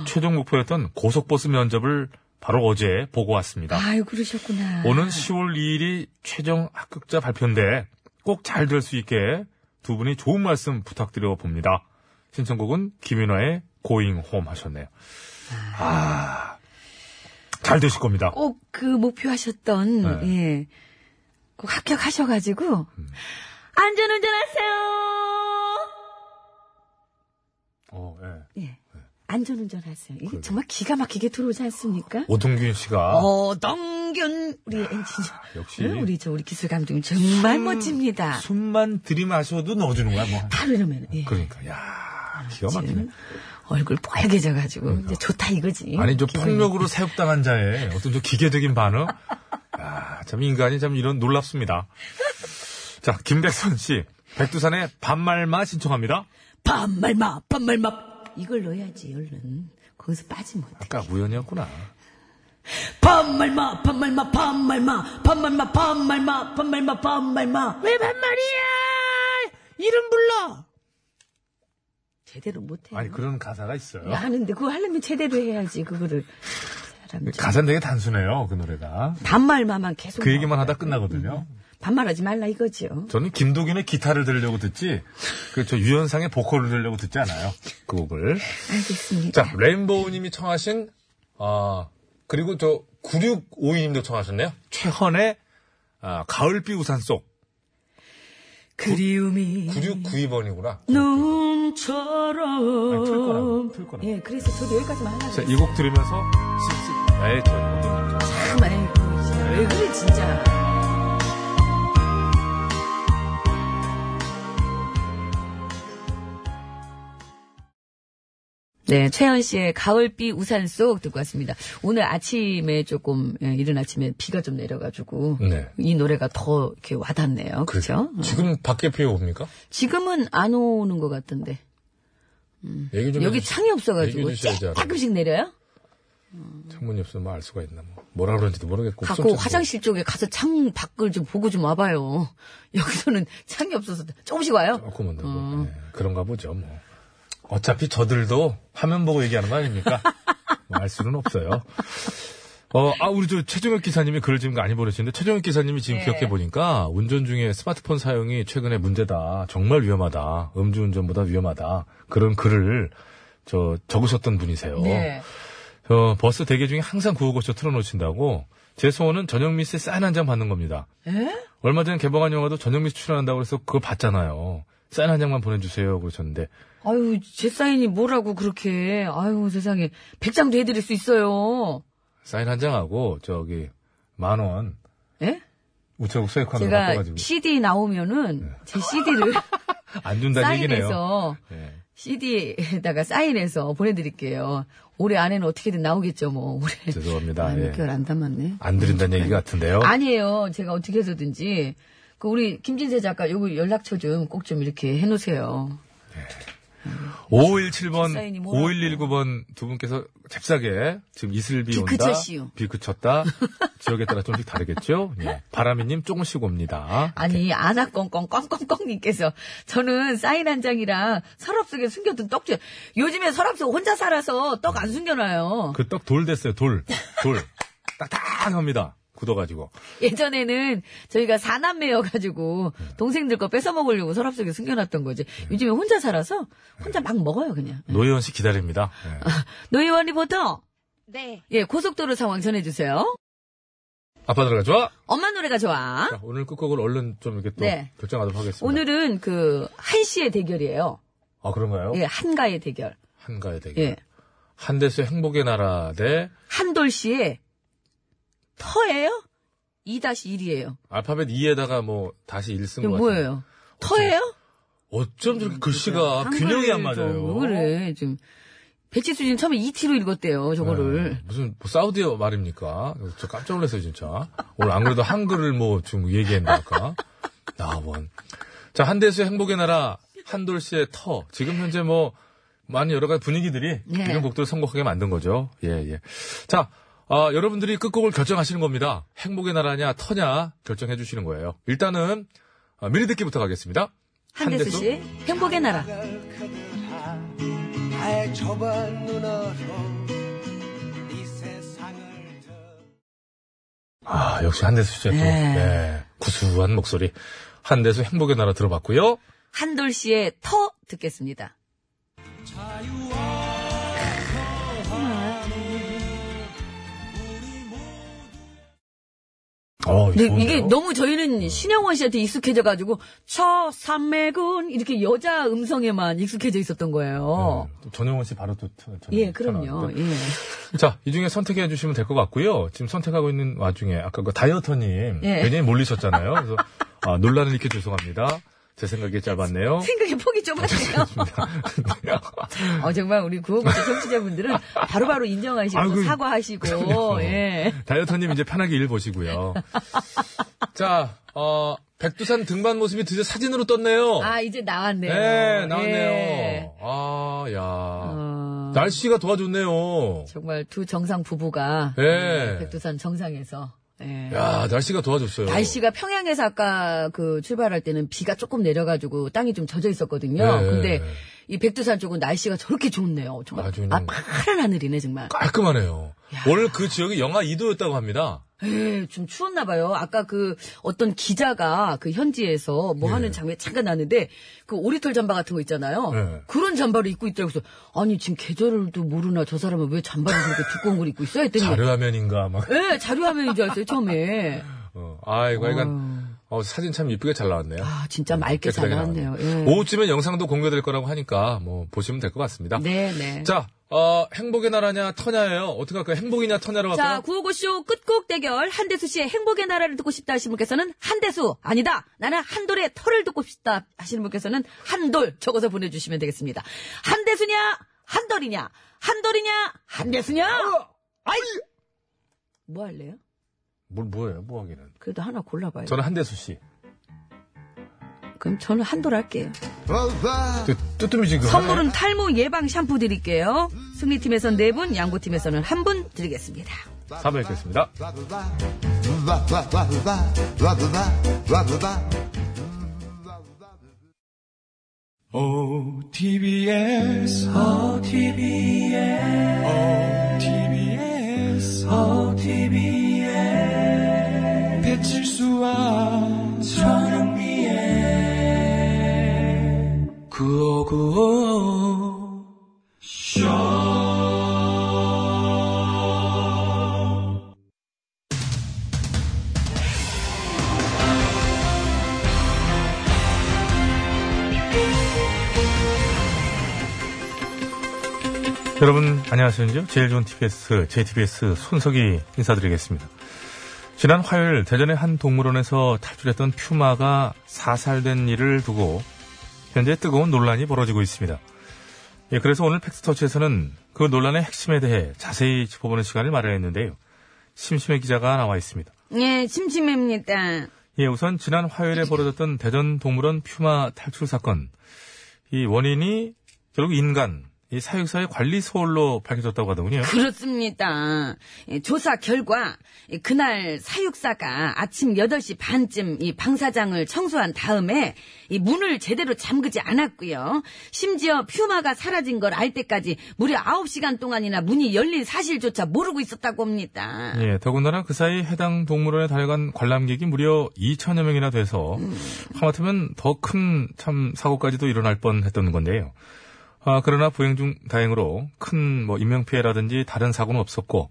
Speaker 3: 최종 목표였던 고속버스 면접을 바로 어제 보고 왔습니다.
Speaker 4: 아유, 그러셨구나.
Speaker 3: 오는 10월 2일이 최종 합격자 발표인데 꼭 잘 될 수 있게 두 분이 좋은 말씀 부탁드려 봅니다. 신청곡은 김윤아의 고잉 홈 하셨네요. 아, 잘 되실 겁니다.
Speaker 4: 꼭 그 목표하셨던,
Speaker 3: 네.
Speaker 4: 예. 꼭 합격하셔가지고, 안전운전 하세요!
Speaker 3: 어, 예.
Speaker 4: 예. 안전운전 하세요. 이게
Speaker 3: 그래요. 아.
Speaker 4: 정말 기가 막히게 들어오지 않습니까?
Speaker 3: 오동균 씨가
Speaker 4: 어, 덩균, 우리 엔지니어.
Speaker 3: 아, 역시. 음.
Speaker 4: 응, 우리 저, 우리 기술 감독님 정말 멋집니다.
Speaker 3: 숨만 들이마셔도 넣어주는 거야, 뭐.
Speaker 4: 바로 이러면, 예.
Speaker 3: 그러니까, 야 기가 막히네.
Speaker 4: 지금 얼굴 빨개져가지고, 이제 좋다 이거지.
Speaker 3: 음. 아니, 저
Speaker 4: 기분이.
Speaker 3: 폭력으로 사육당한 자의 어떤 저 기계적인 반응. 아, 참 인간이 참 이런 놀랍습니다. 자, 김백선 씨. 백두산의 반말마 신청합니다.
Speaker 4: 반말마, 반말마. 이걸 넣어야지, 얼른. 거기서 빠지면 어떡해.
Speaker 3: 아까 우연이었구나.
Speaker 4: 반말마, 반말마, 반말마, 반말마, 반말마, 반말마, 반말마. 왜 반말이야? 이름 불러. 제대로 못해.
Speaker 3: 아니, 그런 가사가 있어요.
Speaker 4: 하는데 그거 하려면 제대로 해야지 그거를. 사람 좀.
Speaker 3: 가사는 되게 단순해요, 그 노래가.
Speaker 4: 반말마만 계속.
Speaker 3: 그 얘기만
Speaker 4: 나와.
Speaker 3: 하다 끝나거든요.
Speaker 4: 반말하지 말라 이거죠.
Speaker 3: 저는 김도균의 기타를 들으려고 듣지, 그 저 유연상의 보컬을 들으려고 듣지 않아요. 그 곡을.
Speaker 4: 알겠습니다.
Speaker 3: 자, 레인보우님이 청하신, 아, 그리고 저, 9652님도 청하셨네요. 최헌의, 아, 가을비 우산 속.
Speaker 4: 그리움이
Speaker 3: 9692번이구나.
Speaker 4: 눈처럼.
Speaker 3: 아니, 틀 거라고, 틀
Speaker 4: 음.
Speaker 3: 거라고.
Speaker 4: 예, 그래서 저도 여기까지만 하려고.
Speaker 3: 자, 이 곡 들으면서, 씁쓸, 나의 전 어떤 느낌.
Speaker 4: 참, 아이고, 진짜. 왜 그래, 진짜. 네, 최현 씨의 가을비 우산 속 듣고 왔습니다. 오늘 아침에 조금, 예, 이른 아침에 비가 좀 내려가지고,
Speaker 3: 네.
Speaker 4: 이 노래가 더 이렇게 와닿네요. 음. 그죠? 어.
Speaker 3: 지금 밖에 비 옵니까?
Speaker 4: 지금은 안 오는 것 같던데.
Speaker 3: 얘기 좀
Speaker 4: 여기
Speaker 3: 해주시-
Speaker 4: 창이 없어가지고,
Speaker 3: 얘기해 주셔야지 알아요.
Speaker 4: 조금씩 내려요?
Speaker 3: 창문이 없으면 알 수가 있나, 뭐. 뭐라 그런지도 모르겠고.
Speaker 4: 갖고 화장실 쪽에 가서 창 밖을 좀 보고 좀 와봐요. 여기서는 창이 없어서 조금씩 와요.
Speaker 3: 조만 되고. 그런가 보죠, 뭐. 어차피 저들도 화면 보고 얘기하는 거 아닙니까? 뭐알 수는 없어요. 어, 아, 우리 저 최종혁 기사님이 글을 지금 많이 보내주시는데, 최종혁 기사님이 지금 기억해보니까, 운전 중에 스마트폰 사용이 최근에 문제다. 정말 위험하다. 음주운전보다 위험하다. 그런 글을, 저, 적으셨던 분이세요.
Speaker 4: 네.
Speaker 3: 어, 버스 대기 중에 항상 구호고쇼 틀어놓으신다고, 제 소원은 전영미 씨의 사인 한 장 받는 겁니다. 얼마 전에 개봉한 영화도 전영미 씨 출연한다고 그래서 그거 봤잖아요. 사인 한 장만 보내주세요. 그러셨는데,
Speaker 4: 아유, 제 사인이 뭐라고 그렇게. 아유, 세상에. 백장도 해드릴 수 있어요.
Speaker 3: 사인 한 장하고, 저기, 만 원,
Speaker 4: 예?
Speaker 3: 우체국 소액환으로
Speaker 4: 제가
Speaker 3: 아, 바꿔가지고,
Speaker 4: CD 나오면은 제 CD를
Speaker 3: 안 준다는 얘기네요.
Speaker 4: 사인해서
Speaker 3: 예.
Speaker 4: CD에다가 사인해서 보내드릴게요. 올해 안에는 어떻게든 나오겠죠, 뭐. 올해.
Speaker 3: 죄송합니다.
Speaker 4: 아,
Speaker 3: 예.
Speaker 4: 6개월 안 담았네.
Speaker 3: 안 드린다는 얘기 같은데요.
Speaker 4: 아니에요. 제가 어떻게 해서든지. 그 우리 김진세 작가 요거 연락처 좀 꼭 좀 이렇게 해놓으세요.
Speaker 3: 517번,
Speaker 4: 사인이 뭐라고.
Speaker 3: 5119번 두 분께서 잽싸게 지금 이슬비
Speaker 4: 비
Speaker 3: 온다.
Speaker 4: 그쳤시오.
Speaker 3: 비 그쳤다. 지역에 따라 조금씩 다르겠죠? 예. 바람이님 조금씩 옵니다.
Speaker 4: 아니 아나꽁꽁 꽁꽁꽁님께서 저는 사인 한 장이랑 서랍 속에 숨겨둔 떡줄 요즘에 서랍 속 혼자 살아서 떡 안 숨겨놔요.
Speaker 3: 그 떡 돌 됐어요, 돌. 돌. 딱딱합니다. 굳어가지고.
Speaker 4: 예전에는 저희가 사남매여가지고 동생들 거 뺏어 먹으려고 서랍 속에 숨겨놨던 거지. 요즘에 혼자 살아서 혼자 막 먹어요 그냥.
Speaker 3: 노예원 씨 기다립니다. 네.
Speaker 4: 노희원 리포터.
Speaker 12: 네.
Speaker 4: 예 고속도로 상황 전해주세요.
Speaker 3: 아빠 노래가 좋아?
Speaker 4: 엄마 노래가 좋아.
Speaker 3: 자, 오늘 끝곡을 얼른 좀 이렇게 또
Speaker 4: 네.
Speaker 3: 결정하도록 하겠습니다.
Speaker 4: 오늘은 그 한시의 대결이에요.
Speaker 3: 아, 그런가요?
Speaker 4: 예 한가의 대결.
Speaker 3: 한가의 대결.
Speaker 4: 예
Speaker 3: 한대수의 행복의 나라 대
Speaker 4: 한돌 씨의 터예요? 2-1이에요.
Speaker 3: 알파벳 2에다가 뭐 다시 1쓴 거
Speaker 4: 이거
Speaker 3: 같아요.
Speaker 4: 뭐예요? 터예요?
Speaker 3: 어쩜 저렇게 글씨가 균형이 안 맞아요.
Speaker 4: 왜 그래 지금 배치수 씨는 처음에 2T로 읽었대요 저거를.
Speaker 3: 네, 무슨 뭐 사우디 말입니까? 저 깜짝 놀랐어요 진짜. 오늘 안 그래도 한글을 뭐 좀 얘기했나까 나원. 자 한대수의 행복의 나라 한돌씨의 터. 지금 현재 뭐 많은 여러 가지 분위기들이
Speaker 4: 네.
Speaker 3: 이런 곡들을 선곡하게 만든 거죠. 예 예. 자. 아, 여러분들이 끝곡을 결정하시는 겁니다. 행복의 나라냐, 터냐, 결정해 주시는 거예요. 일단은, 아, 미리 듣기부터 가겠습니다.
Speaker 4: 한대수
Speaker 3: 한대수?
Speaker 4: 씨 행복의 나라.
Speaker 7: 나의 좁은 눈으로 이 세상을 더
Speaker 3: 아, 역시 한대수 씨의 또,
Speaker 4: 네.
Speaker 3: 네, 구수한 목소리. 한대수 행복의 나라 들어봤고요.
Speaker 4: 한돌 씨의 터 듣겠습니다.
Speaker 3: 어,
Speaker 4: 근데 네, 이게 너무 저희는 신영원 씨한테 익숙해져가지고 저 삼매군 이렇게 여자 음성에만 익숙해져 있었던 거예요.
Speaker 3: 전영원 씨 바로 또. 전- 전-
Speaker 4: 예, 그럼요.
Speaker 3: 전화왔는데.
Speaker 4: 예.
Speaker 3: 자, 이 중에 선택해 주시면 될 것 같고요. 지금 선택하고 있는 와중에 아까 그 다이어터님
Speaker 4: 예.
Speaker 3: 굉장히 몰리셨잖아요. 그래서 아, 논란을 일으켜 죄송합니다. 제 생각이 짧았네요.
Speaker 4: 생각의 폭이 좁았네요. 어, 정말 우리 구호구체 청취자분들은 바로바로 인정하시고
Speaker 3: 아이고,
Speaker 4: 사과하시고
Speaker 3: 그럼요.
Speaker 4: 예.
Speaker 3: 다이어터님 이제 편하게 일 보시고요. 자, 어, 백두산 등반 모습이 드디어 사진으로 떴네요.
Speaker 4: 아 이제 나왔네요.
Speaker 3: 네, 나왔네요.
Speaker 4: 예.
Speaker 3: 아, 야.
Speaker 4: 어,
Speaker 3: 날씨가 도와줬네요.
Speaker 4: 정말 두 정상 부부가
Speaker 3: 예.
Speaker 4: 예, 백두산 정상에서 예.
Speaker 3: 야, 날씨가 도와줬어요.
Speaker 4: 날씨가 평양에서 아까 그 출발할 때는 비가 조금 내려가지고 땅이 좀 젖어 있었거든요.
Speaker 3: 예.
Speaker 4: 근데 이 백두산 쪽은 날씨가 저렇게 좋네요. 정말
Speaker 3: 아주 그냥-
Speaker 4: 아 파란 하늘이네 정말.
Speaker 3: 깔끔하네요. 오늘 그 지역이 영하 2도였다고 합니다.
Speaker 4: 예, 좀 추웠나 봐요. 아까 그 어떤 기자가 그 현지에서 뭐 하는 장면 잠깐 나는데 그 오리털 잠바 같은 거 있잖아요.
Speaker 3: 예.
Speaker 4: 그런 잠바를 입고 있더라고요. 그래서 아니 지금 계절도 모르나 저 사람은 왜 잠바를 그렇게 두꺼운 걸 입고 있어? 했더니
Speaker 3: 자료화면인가 막.
Speaker 4: 예, 자료화면인 줄 알았어요 처음에.
Speaker 3: 어, 아이고, 약간 어, 사진 참 이쁘게 잘 나왔네요.
Speaker 4: 아 진짜 맑게 잘
Speaker 3: 예, 깨끗하게
Speaker 4: 나왔네요. 예.
Speaker 3: 오후쯤엔 영상도 공개될 거라고 하니까 뭐 보시면 될 것 같습니다.
Speaker 4: 네, 네.
Speaker 3: 자, 어, 행복의 나라냐 터냐예요. 어떻게 할까요? 행복이냐 터냐로
Speaker 4: 자,
Speaker 3: 할까요?
Speaker 4: 구호고쇼 끝곡 대결 한대수 씨의 행복의 나라를 듣고 싶다 하시는 분께서는 한대수 아니다 나는 한돌의 털을 듣고 싶다 하시는 분께서는 한돌 적어서 보내주시면 되겠습니다. 한대수냐 한돌이냐 한돌이냐 한대수냐 어! 아이 뭐 할래요?
Speaker 3: 뭘 뭐예요? 뭐 하기는.
Speaker 4: 그래도 하나 골라봐요.
Speaker 3: 저는 한대수 씨.
Speaker 4: 그럼 저는 한돌 할게요.
Speaker 3: 뚜뚜미 지금
Speaker 4: 선물은 탈모 예방 샴푸 드릴게요. 승리팀에선 네 분, 양보팀에서는 한 분 드리겠습니다.
Speaker 3: 사부에 뵙겠습니다.
Speaker 7: OTBS, OTBS, OTBS, OTBS. 배칠수와 전영미의 구호구호.
Speaker 3: 여러분 안녕하십니까? 제일 좋은 TBS, JTBS 손석희 인사드리겠습니다. 지난 화요일 대전의 한 동물원에서 탈출했던 퓨마가 사살된 일을 두고 현재 뜨거운 논란이 벌어지고 있습니다. 예, 그래서 오늘 팩스터치에서는 그 논란의 핵심에 대해 자세히 짚어보는 시간을 마련했는데요. 심심해 기자가 나와 있습니다.
Speaker 4: 예, 심심합니다.
Speaker 3: 예, 우선 지난 화요일에 벌어졌던 대전 동물원 퓨마 탈출 사건. 이 원인이 결국 인간, 이 사육사의 관리 소홀로 밝혀졌다고 하더군요.
Speaker 4: 그렇습니다. 예, 조사 결과 예, 그날 사육사가 아침 8시 반쯤 이 방사장을 청소한 다음에 이 문을 제대로 잠그지 않았고요. 심지어 퓨마가 사라진 걸 알 때까지 무려 9시간 동안이나 문이 열린 사실조차 모르고 있었다고 합니다.
Speaker 3: 예, 더군다나 그 사이 해당 동물원에 다녀간 관람객이 무려 2천여 명이나 돼서 하마터면 더 큰 참 사고까지도 일어날 뻔했던 건데요. 아, 그러나 보행 중 다행으로 큰 뭐 인명피해라든지 다른 사고는 없었고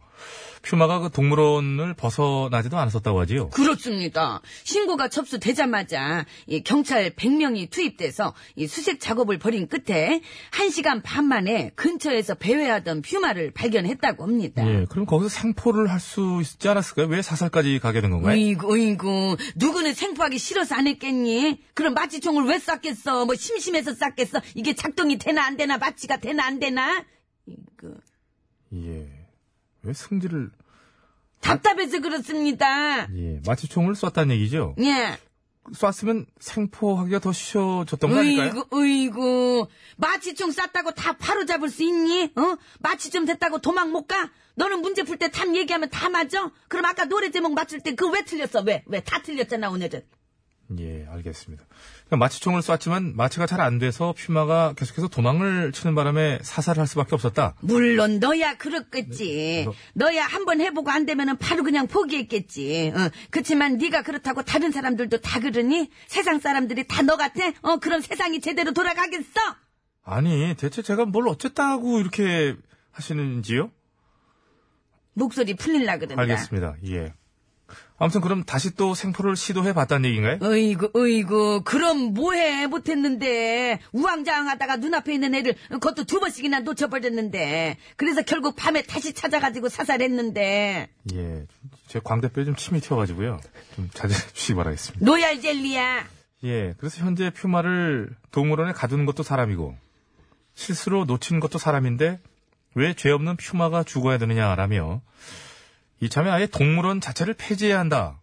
Speaker 3: 퓨마가 그 동물원을 벗어나지도 않았었다고 하지요.
Speaker 4: 그렇습니다. 신고가 접수되자마자 이 경찰 100명이 투입돼서 이 수색 작업을 벌인 끝에 1시간 반 만에 근처에서 배회하던 퓨마를 발견했다고 합니다.
Speaker 3: 예, 그럼 거기서 생포를 할 수 있지 않았을까요? 왜 사살까지 가게 된 건가요?
Speaker 4: 어이구, 어이구. 누구는 생포하기 싫어서 안 했겠니? 그럼 마취총을 왜 쐈겠어? 뭐 심심해서 쐈겠어? 이게 작동이 되나 안 되나? 마취가 되나 안 되나? 이거.
Speaker 3: 예, 왜 승질을
Speaker 4: 답답해서 그렇습니다.
Speaker 3: 예 마취총을 쐈다는 얘기죠?
Speaker 4: 예.
Speaker 3: 쐈으면 생포하기가 더 쉬워졌던 거 아닐까요?
Speaker 4: 으이구, 으이구. 마취총 쌌다고 다 바로 잡을 수 있니? 어? 마취 좀 됐다고 도망 못 가? 너는 문제 풀 때 탐 얘기하면 다 맞아? 그럼 아까 노래 제목 맞출 때 그 왜 틀렸어? 왜? 왜? 다 틀렸잖아, 오늘은.
Speaker 3: 예, 알겠습니다. 그러니까 마취총을 쐈지만 마취가 잘 안 돼서 퓨마가 계속해서 도망을 치는 바람에 사살을 할 수밖에 없었다.
Speaker 4: 물론 너야
Speaker 3: 네,
Speaker 4: 그렇겠지. 너야 한번 해보고 안 되면은 바로 그냥 포기했겠지. 어, 그치만 네가 그렇다고 다른 사람들도 다 그러니? 세상 사람들이 다 너 같아? 어, 그럼 세상이 제대로 돌아가겠어?
Speaker 3: 아니, 대체 제가 뭘 어쨌다고 이렇게 하시는지요?
Speaker 4: 목소리 풀릴라 그런다.
Speaker 3: 알겠습니다. 예. 아무튼 그럼 다시 또 생포를 시도해 봤다는 얘기인가요?
Speaker 4: 어이구, 어이구, 그럼 뭐해, 못했는데. 우왕좌왕 하다가 눈앞에 있는 애를, 그것도 두 번씩이나 놓쳐버렸는데. 그래서 결국 밤에 다시 찾아가지고 사살했는데.
Speaker 3: 예. 제 광대뼈에 좀 침이 튀어가지고요. 좀 자제해 주시기 바라겠습니다.
Speaker 4: 로얄 젤리야.
Speaker 3: 예. 그래서 현재 퓨마를 동물원에 가두는 것도 사람이고, 실수로 놓치는 것도 사람인데, 왜 죄 없는 퓨마가 죽어야 되느냐라며, 이참에 아예 동물원 자체를 폐지해야 한다.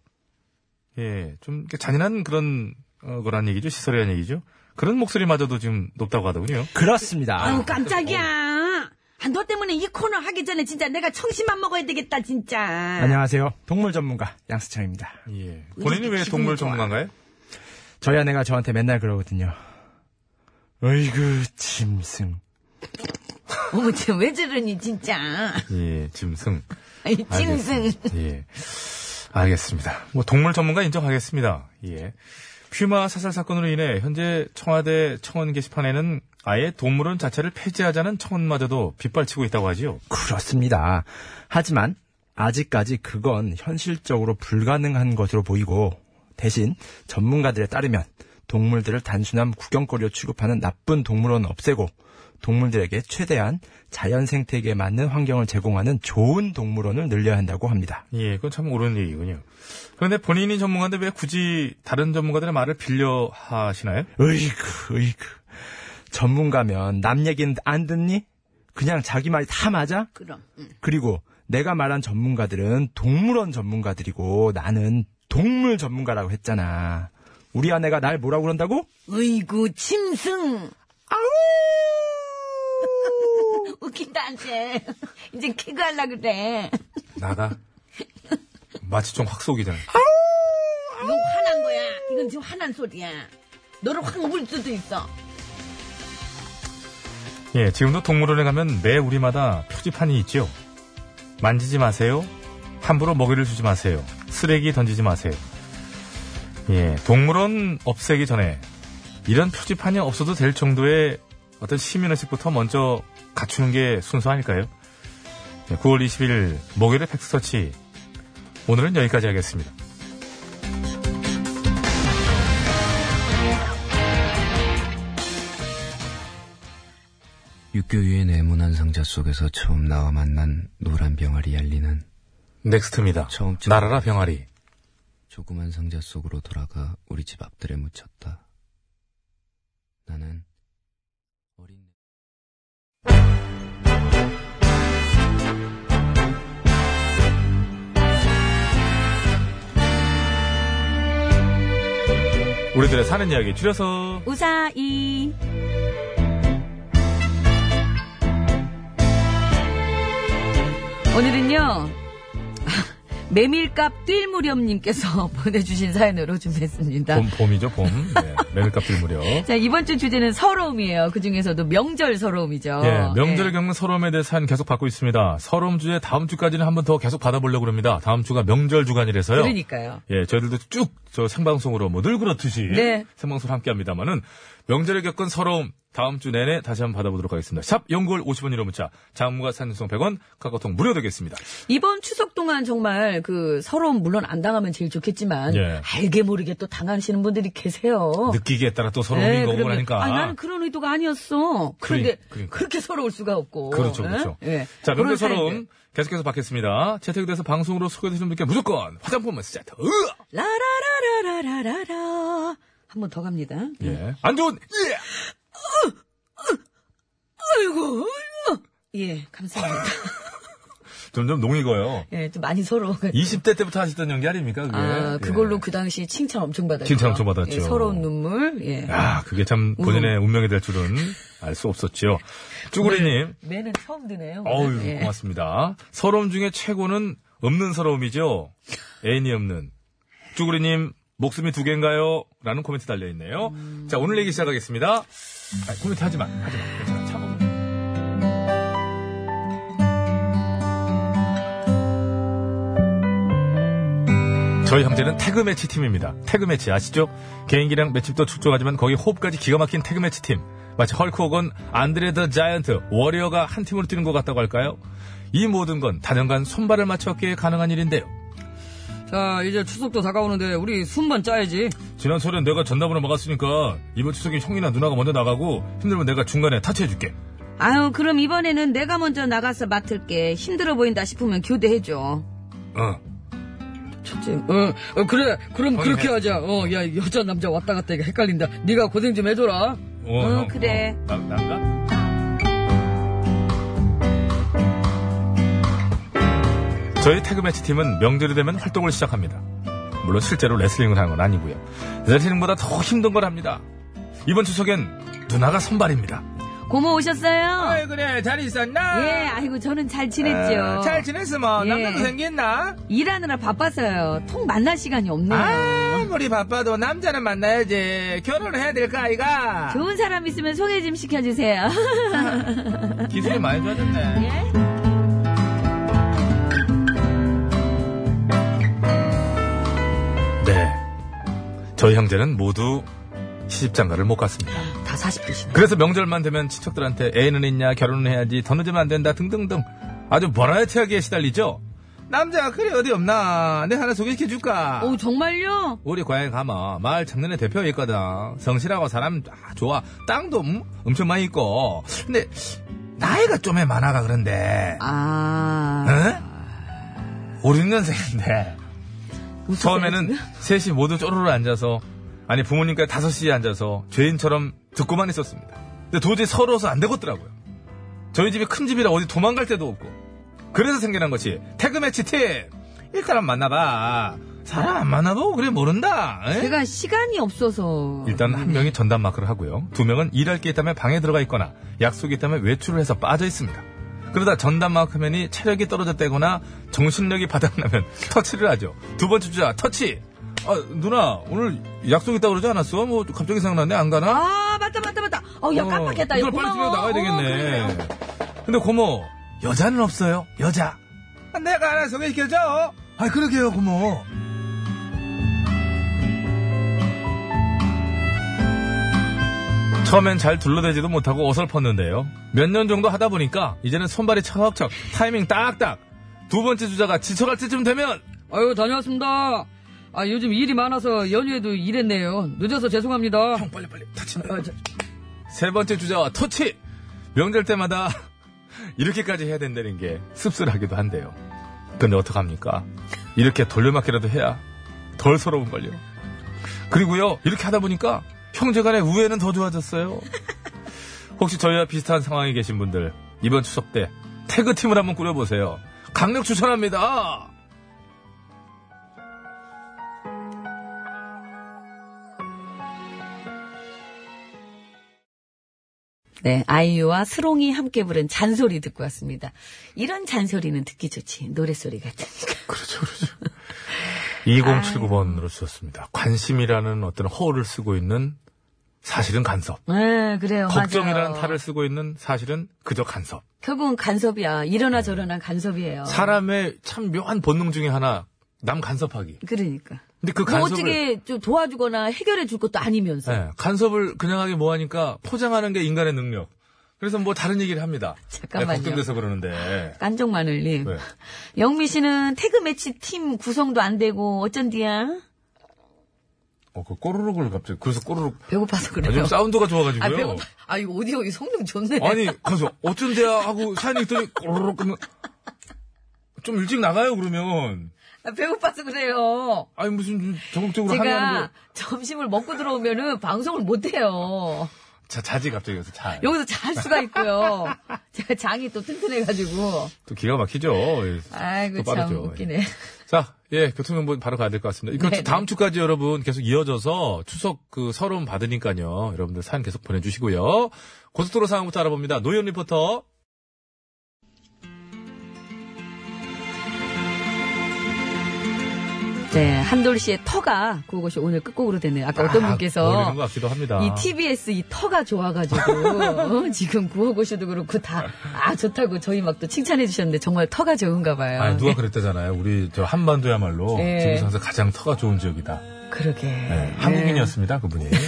Speaker 3: 예. 좀 이렇게 잔인한 그런, 어, 거란 얘기죠. 시설이란 얘기죠. 그런 목소리마저도 지금 높다고 하더군요.
Speaker 2: 그렇습니다.
Speaker 4: 아우, 깜짝이야. 아, 너 때문에 이 코너 하기 전에 진짜 내가 청심만 먹어야 되겠다, 진짜.
Speaker 12: 안녕하세요. 동물 전문가 양수창입니다.
Speaker 3: 예. 본인이 왜
Speaker 4: 기분이
Speaker 3: 동물
Speaker 4: 좋아.
Speaker 3: 전문가인가요?
Speaker 12: 저희 아내가 저한테 맨날 그러거든요. 어이구 짐승.
Speaker 4: 어머, 쟤왜 저러니, 진짜.
Speaker 3: 예. 짐승.
Speaker 4: 아이, 짐승.
Speaker 3: 알겠습니다. 예. 알겠습니다. 뭐 동물 전문가 인정하겠습니다. 예. 퓨마 사살 사건으로 인해 현재 청와대 청원 게시판에는 아예 동물원 자체를 폐지하자는 청원마저도 빗발치고 있다고 하지요.
Speaker 12: 그렇습니다. 하지만 아직까지 그건 현실적으로 불가능한 것으로 보이고 대신 전문가들에 따르면 동물들을 단순한 구경거리로 취급하는 나쁜 동물원은 없애고 동물들에게 최대한 자연 생태계에 맞는 환경을 제공하는 좋은 동물원을 늘려야 한다고 합니다.
Speaker 3: 예, 그건 참 옳은 얘기군요. 그런데 본인이 전문가인데 왜 굳이 다른 전문가들의 말을 빌려 하시나요?
Speaker 12: 으이그, 으이그. 전문가면 남 얘기는 안 듣니? 그냥 자기 말이 다 맞아?
Speaker 4: 그럼. 응.
Speaker 12: 그리고 내가 말한 전문가들은 동물원 전문가들이고 나는 동물 전문가라고 했잖아. 우리 아내가 날 뭐라고 그런다고?
Speaker 4: 어이구, 짐승. 아우! 웃긴다, 이제. 이제 키그 하려 그래.
Speaker 3: 나가. 마치 좀 확 쏘기잖아.
Speaker 4: 이건 화난 거야. 이건 지금 화난 소리야. 너를 확 울 수도 있어.
Speaker 3: 예, 지금도 동물원에 가면 매 우리마다 표지판이 있죠. 만지지 마세요. 함부로 먹이를 주지 마세요. 쓰레기 던지지 마세요. 예, 동물원 없애기 전에 이런 표지판이 없어도 될 정도의 어떤 시민의식부터 먼저 갖추는 게 순서 아닐까요? 예, 9월 20일 목요일의 팩스터치. 오늘은 여기까지 하겠습니다.
Speaker 13: 육교위의 네모난 상자 속에서 처음 나와 만난 노란 병아리 얄리는
Speaker 3: 넥스트입니다.
Speaker 13: 처음쯤-
Speaker 3: 나라라 병아리.
Speaker 13: 조그만 상자 속으로 돌아가 우리 집 앞들에 묻혔다. 나는 어린
Speaker 3: 우리들의 사는 이야기 줄여서
Speaker 4: 우사이. 오늘은요. 메밀값 뛸 무렵님께서 보내주신 사연으로 준비했습니다.
Speaker 3: 봄, 봄이죠, 봄. 네, 메밀값들 무려.
Speaker 4: 자, 이번 주 주제는 서러움이에요. 그 중에서도 명절 서러움이죠.
Speaker 3: 예,
Speaker 4: 네.
Speaker 3: 명절을 겪는 서러움에 대해 사연 계속 받고 있습니다. 서러움 주에 다음 주까지는 한 번 더 계속 받아보려고 합니다. 다음 주가 명절 주간이라서요.
Speaker 4: 네, 그러니까요.
Speaker 3: 예, 저희들도 쭉 저 생방송으로 뭐 늘 그렇듯이
Speaker 4: 네.
Speaker 3: 생방송 함께 합니다만은 명절에 겪은 서러움 다음 주 내내 다시 한번 받아보도록 하겠습니다. 샵 연골 50원 유료 문자, 장무가 산성 100원, 카카오톡 무료 되겠습니다.
Speaker 4: 이번 추석 동안 정말 그 서러움 물론 안 당하면 제일 좋겠지만
Speaker 3: 예.
Speaker 4: 알게 모르게 또 당하시는 분들이 계세요.
Speaker 3: 느끼기에 따라 또 서러움이 오고
Speaker 4: 어. 그러면,
Speaker 3: 하니까.
Speaker 4: 아, 나는 그런 의도가 아니었어. 그런데 그렇게 서러울 수가 없고.
Speaker 3: 그렇죠,
Speaker 4: 예?
Speaker 3: 그렇죠.
Speaker 4: 예.
Speaker 3: 자,
Speaker 4: 그런
Speaker 3: 명절
Speaker 4: 사연들.
Speaker 3: 서러움 계속해서 받겠습니다. 채택이 돼서 방송으로 소개되시는 분께 무조건 화장품 세트. 으아!
Speaker 4: 라라라라라라라. 한 번 더 갑니다.
Speaker 3: 예. 안 좋은 예.
Speaker 4: 아이고, 아이고. 예, 감사합니다.
Speaker 3: 점점 농이 고요
Speaker 4: 예, 좀 많이 서러워가지고.
Speaker 3: 20대 때부터 하셨던 연기 아닙니까? 그게.
Speaker 4: 아,
Speaker 3: 예.
Speaker 4: 그걸로 그 당시 칭찬 엄청 받았죠.
Speaker 3: 칭찬 엄청 받았죠. 아.
Speaker 4: 예, 서러운 눈물. 예.
Speaker 3: 야, 그게 참 본인의 운명이 될 줄은 알 수 없었지요. 쭈구리님,
Speaker 4: 매는 처음 네. 드네요.
Speaker 3: 어유
Speaker 4: 예.
Speaker 3: 고맙습니다. 서러움 중에 최고는 없는 서러움이죠. 애인이 없는. 쭈구리님, 목숨이 두 개인가요? 라는 코멘트 달려있네요.
Speaker 4: 음.
Speaker 3: 자, 오늘 얘기 시작하겠습니다. 아, 코멘트 하지 마. 하지 마. 괜찮아. 참아. 저희 형제는 태그매치 팀입니다. 태그매치 아시죠? 개인기량 매집도 축적하지만 거기 호흡까지 기가 막힌 태그매치 팀. 마치 헐크 혹은 안드레 더 자이언트, 워리어가 한 팀으로 뛰는 것 같다고 할까요? 이 모든 건 단연간 손발을 맞췄기에 가능한 일인데요.
Speaker 14: 자, 이제 추석도 다가오는데 우리 숨만 짜야지.
Speaker 3: 지난 설엔 내가 전담으로 막았으니까 이번 추석에 형이나 누나가 먼저 나가고 힘들면 내가 중간에 타치해줄게.
Speaker 4: 아유, 그럼 이번에는 내가 먼저 나가서 맡을게. 힘들어 보인다 싶으면 교대해줘.
Speaker 3: 어.
Speaker 14: 첫째, 어, 어, 그래, 그럼 그렇게 하자. 어, 야, 여자 남자 왔다 갔다 이거 헷갈린다. 네가 고생 좀 해줘라.
Speaker 3: 어, 형,
Speaker 4: 그래.
Speaker 3: 나, 난가? 저희 태그매치 팀은 명절이 되면 활동을 시작합니다. 물론 실제로 레슬링을 하는 건 아니고요. 레슬링보다 더 힘든 걸 합니다. 이번 추석엔 누나가 선발입니다.
Speaker 4: 고모 오셨어요?
Speaker 9: 아이 그래 잘 있었나?
Speaker 3: 어.
Speaker 4: 예, 아이고, 저는 잘 지냈죠.
Speaker 9: 아, 잘 지냈어 뭐
Speaker 4: 예.
Speaker 9: 남자도 생겼나?
Speaker 4: 일하느라 바빠서요. 통 만날 시간이 없네요.
Speaker 9: 아무리 바빠도 남자는 만나야지 결혼을 해야 될 거 아이가
Speaker 4: 좋은 사람 있으면 소개 좀 시켜주세요.
Speaker 9: 기술이 많이 좋아졌네
Speaker 3: 네. 저희 형제는 모두 시집장가를 못 갔습니다.
Speaker 4: 다 40대시네.
Speaker 3: 그래서 명절만 되면 친척들한테 애는 있냐, 결혼은 해야지, 더 늦으면 안 된다, 등등등. 아주 버라이어티하게 시달리죠?
Speaker 9: 남자 그래 어디 없나? 내 하나 소개시켜 줄까?
Speaker 3: 아.
Speaker 4: 오, 어, 정말요?
Speaker 3: 우리 고향에 가면 마을 청년회 대표 있거든. 성실하고 사람 아, 좋아. 땅도 음, 엄청 많이 있고. 근데 나이가 좀 해 많아가 그런데.
Speaker 4: 아.
Speaker 3: 응? 5, 6년생인데. 처음에는 셋이 모두 쪼르르 앉아서 아니 부모님까지 다섯 시에 앉아서 죄인처럼 듣고만 있었습니다. 근데 도저히 서러워서 안 되겠더라고요. 저희 집이 큰 집이라 어디 도망갈 데도 없고 그래서 생겨난 것이 태그매치 팀. 일단은 만나봐. 사람 안 만나보고 그래 모른다. 에?
Speaker 4: 제가 시간이 없어서.
Speaker 3: 일단 한 명이 전담 마크를 하고요. 두 명은 일할 게 있다면 방에 들어가 있거나 약속이 있다면 외출을 해서 빠져 있습니다. 그러다 전담 마크맨이 체력이 떨어졌다거나 정신력이 바닥나면 터치를 하죠. 두 번째 주자 터치. 아 누나 오늘 약속 있다 그러지 않았어? 뭐 갑자기 생각났네 안 가나?
Speaker 4: 아, 맞다, 맞다, 맞다. 어, 야, 깜빡했다. 이거
Speaker 3: 이걸 빨리 집에
Speaker 4: 고마워.
Speaker 3: 나가야
Speaker 4: 어, 그래,
Speaker 3: 되겠네.
Speaker 4: 그래.
Speaker 3: 근데 고모 여자는 없어요. 여자.
Speaker 9: 아, 내가 하나 소개시켜줘.
Speaker 3: 아 그러게요 고모. 처음엔 잘 둘러대지도 못하고 어설펐는데요. 몇 년 정도 하다 보니까 이제는 손발이 척척 타이밍 딱딱. 두 번째 주자가 지쳐갈 때쯤 되면
Speaker 14: 아유, 다녀왔습니다. 아, 요즘 일이 많아서 연휴에도 일했네요. 늦어서 죄송합니다. 형,
Speaker 3: 빨리, 빨리. 터치. 세 번째 주자와 터치. 명절 때마다 이렇게까지 해야 된다는 게 씁쓸하기도 한데요. 근데 어떡합니까? 이렇게 돌려막기라도 해야 덜 서러운 걸요. 그리고요, 이렇게 하다 보니까 형제 간의 우애는 더 좋아졌어요. 혹시 저희와 비슷한 상황에 계신 분들, 이번 추석 때 태그팀을 한번 꾸려보세요. 강력 추천합니다!
Speaker 4: 네, 아이유와 스롱이 함께 부른 잔소리 듣고 왔습니다. 이런 잔소리는 듣기 좋지. 노랫소리 같으니까.
Speaker 3: 그렇죠, 그렇죠. 2079번으로 주셨습니다. 관심이라는 어떤 허를 쓰고 있는 사실은 간섭.
Speaker 4: 네, 그래요.
Speaker 3: 걱정이라는
Speaker 4: 맞아요.
Speaker 3: 탈을 쓰고 있는 사실은 그저 간섭.
Speaker 4: 결국은 간섭이야. 이러나 저러나 간섭이에요.
Speaker 3: 사람의 참 묘한 본능 중에 하나, 남 간섭하기.
Speaker 4: 그러니까.
Speaker 3: 근데 그
Speaker 4: 뭐
Speaker 3: 간섭을.
Speaker 4: 어떻게 좀 도와주거나 해결해 줄 것도 아니면서.
Speaker 3: 예, 간섭을 그냥 하게 뭐하니까 포장하는 게 인간의 능력. 그래서 뭐 다른 얘기를 합니다.
Speaker 4: 잠깐만요.
Speaker 3: 예, 걱정돼서 그러는데.
Speaker 4: 깐족 마늘님.
Speaker 3: 네.
Speaker 4: 영미 씨는 태그 매치 팀 구성도 안 되고 어쩐디야?
Speaker 3: 어, 그 꼬르륵을 갑자기, 그래서 꼬르륵.
Speaker 4: 배고파서
Speaker 3: 아,
Speaker 4: 그래요.
Speaker 3: 지금 사운드가
Speaker 4: 아,
Speaker 3: 좋아가지고요.
Speaker 4: 배고파. 아, 이거 오디오 이 성능 좋네.
Speaker 3: 아니, 가서 어쩐데야 하고 사연이 있더니 꼬르륵 그러면 좀 일찍 나가요 그러면.
Speaker 4: 아, 배고파서 그래요.
Speaker 3: 아니 무슨 좀 적극적으로 뭐 하려는
Speaker 4: 제가
Speaker 3: 거.
Speaker 4: 점심을 먹고 들어오면은 방송을 못 해요.
Speaker 3: 자, 자지 갑자기 여기서 자.
Speaker 4: 여기서 잘 수가 있고요. 제가 장이 또 튼튼해가지고.
Speaker 3: 또 기가 막히죠. 예.
Speaker 4: 아이고,
Speaker 3: 또
Speaker 4: 참
Speaker 3: 빠르죠.
Speaker 4: 웃기네.
Speaker 3: 자, 예, 교통정보 바로 가야 될 것 같습니다. 이거
Speaker 4: 네,
Speaker 3: 다음 주까지 여러분 계속 이어져서 추석 그 서름 받으니까요. 여러분들 사연 계속 보내주시고요. 고속도로 상황부터 알아봅니다. 노현 리포터.
Speaker 4: 네, 한돌 씨의 터가 그것이 오늘 끝곡으로 되네요. 아까 어떤
Speaker 3: 아,
Speaker 4: 분께서
Speaker 3: 어울리는 것 같기도 합니다.
Speaker 4: 이 TBS 이 터가 좋아가지고 어, 지금 구호고쇼도 그렇고 다 아 좋다고 저희 막 또 칭찬해 주셨는데 정말 터가 좋은가 봐요.
Speaker 3: 아니, 누가 그랬다잖아요. 우리 저 한반도야말로
Speaker 4: 예.
Speaker 3: 지구상에서 가장 터가 좋은 지역이다.
Speaker 4: 그러게.
Speaker 3: 네, 한국인이었습니다, 그분이. 네.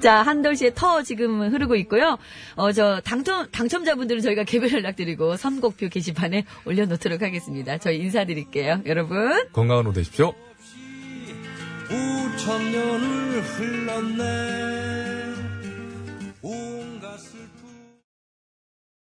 Speaker 4: 자, 한돌 씨의 터 지금 흐르고 있고요. 어, 저, 당첨, 당첨자분들은 저희가 개별 연락드리고 선곡표 게시판에 올려놓도록 하겠습니다. 저희 인사드릴게요. 여러분.
Speaker 3: 건강한 오후 되십시오.
Speaker 7: 우천 년을 흘렀네 온갖 슬픔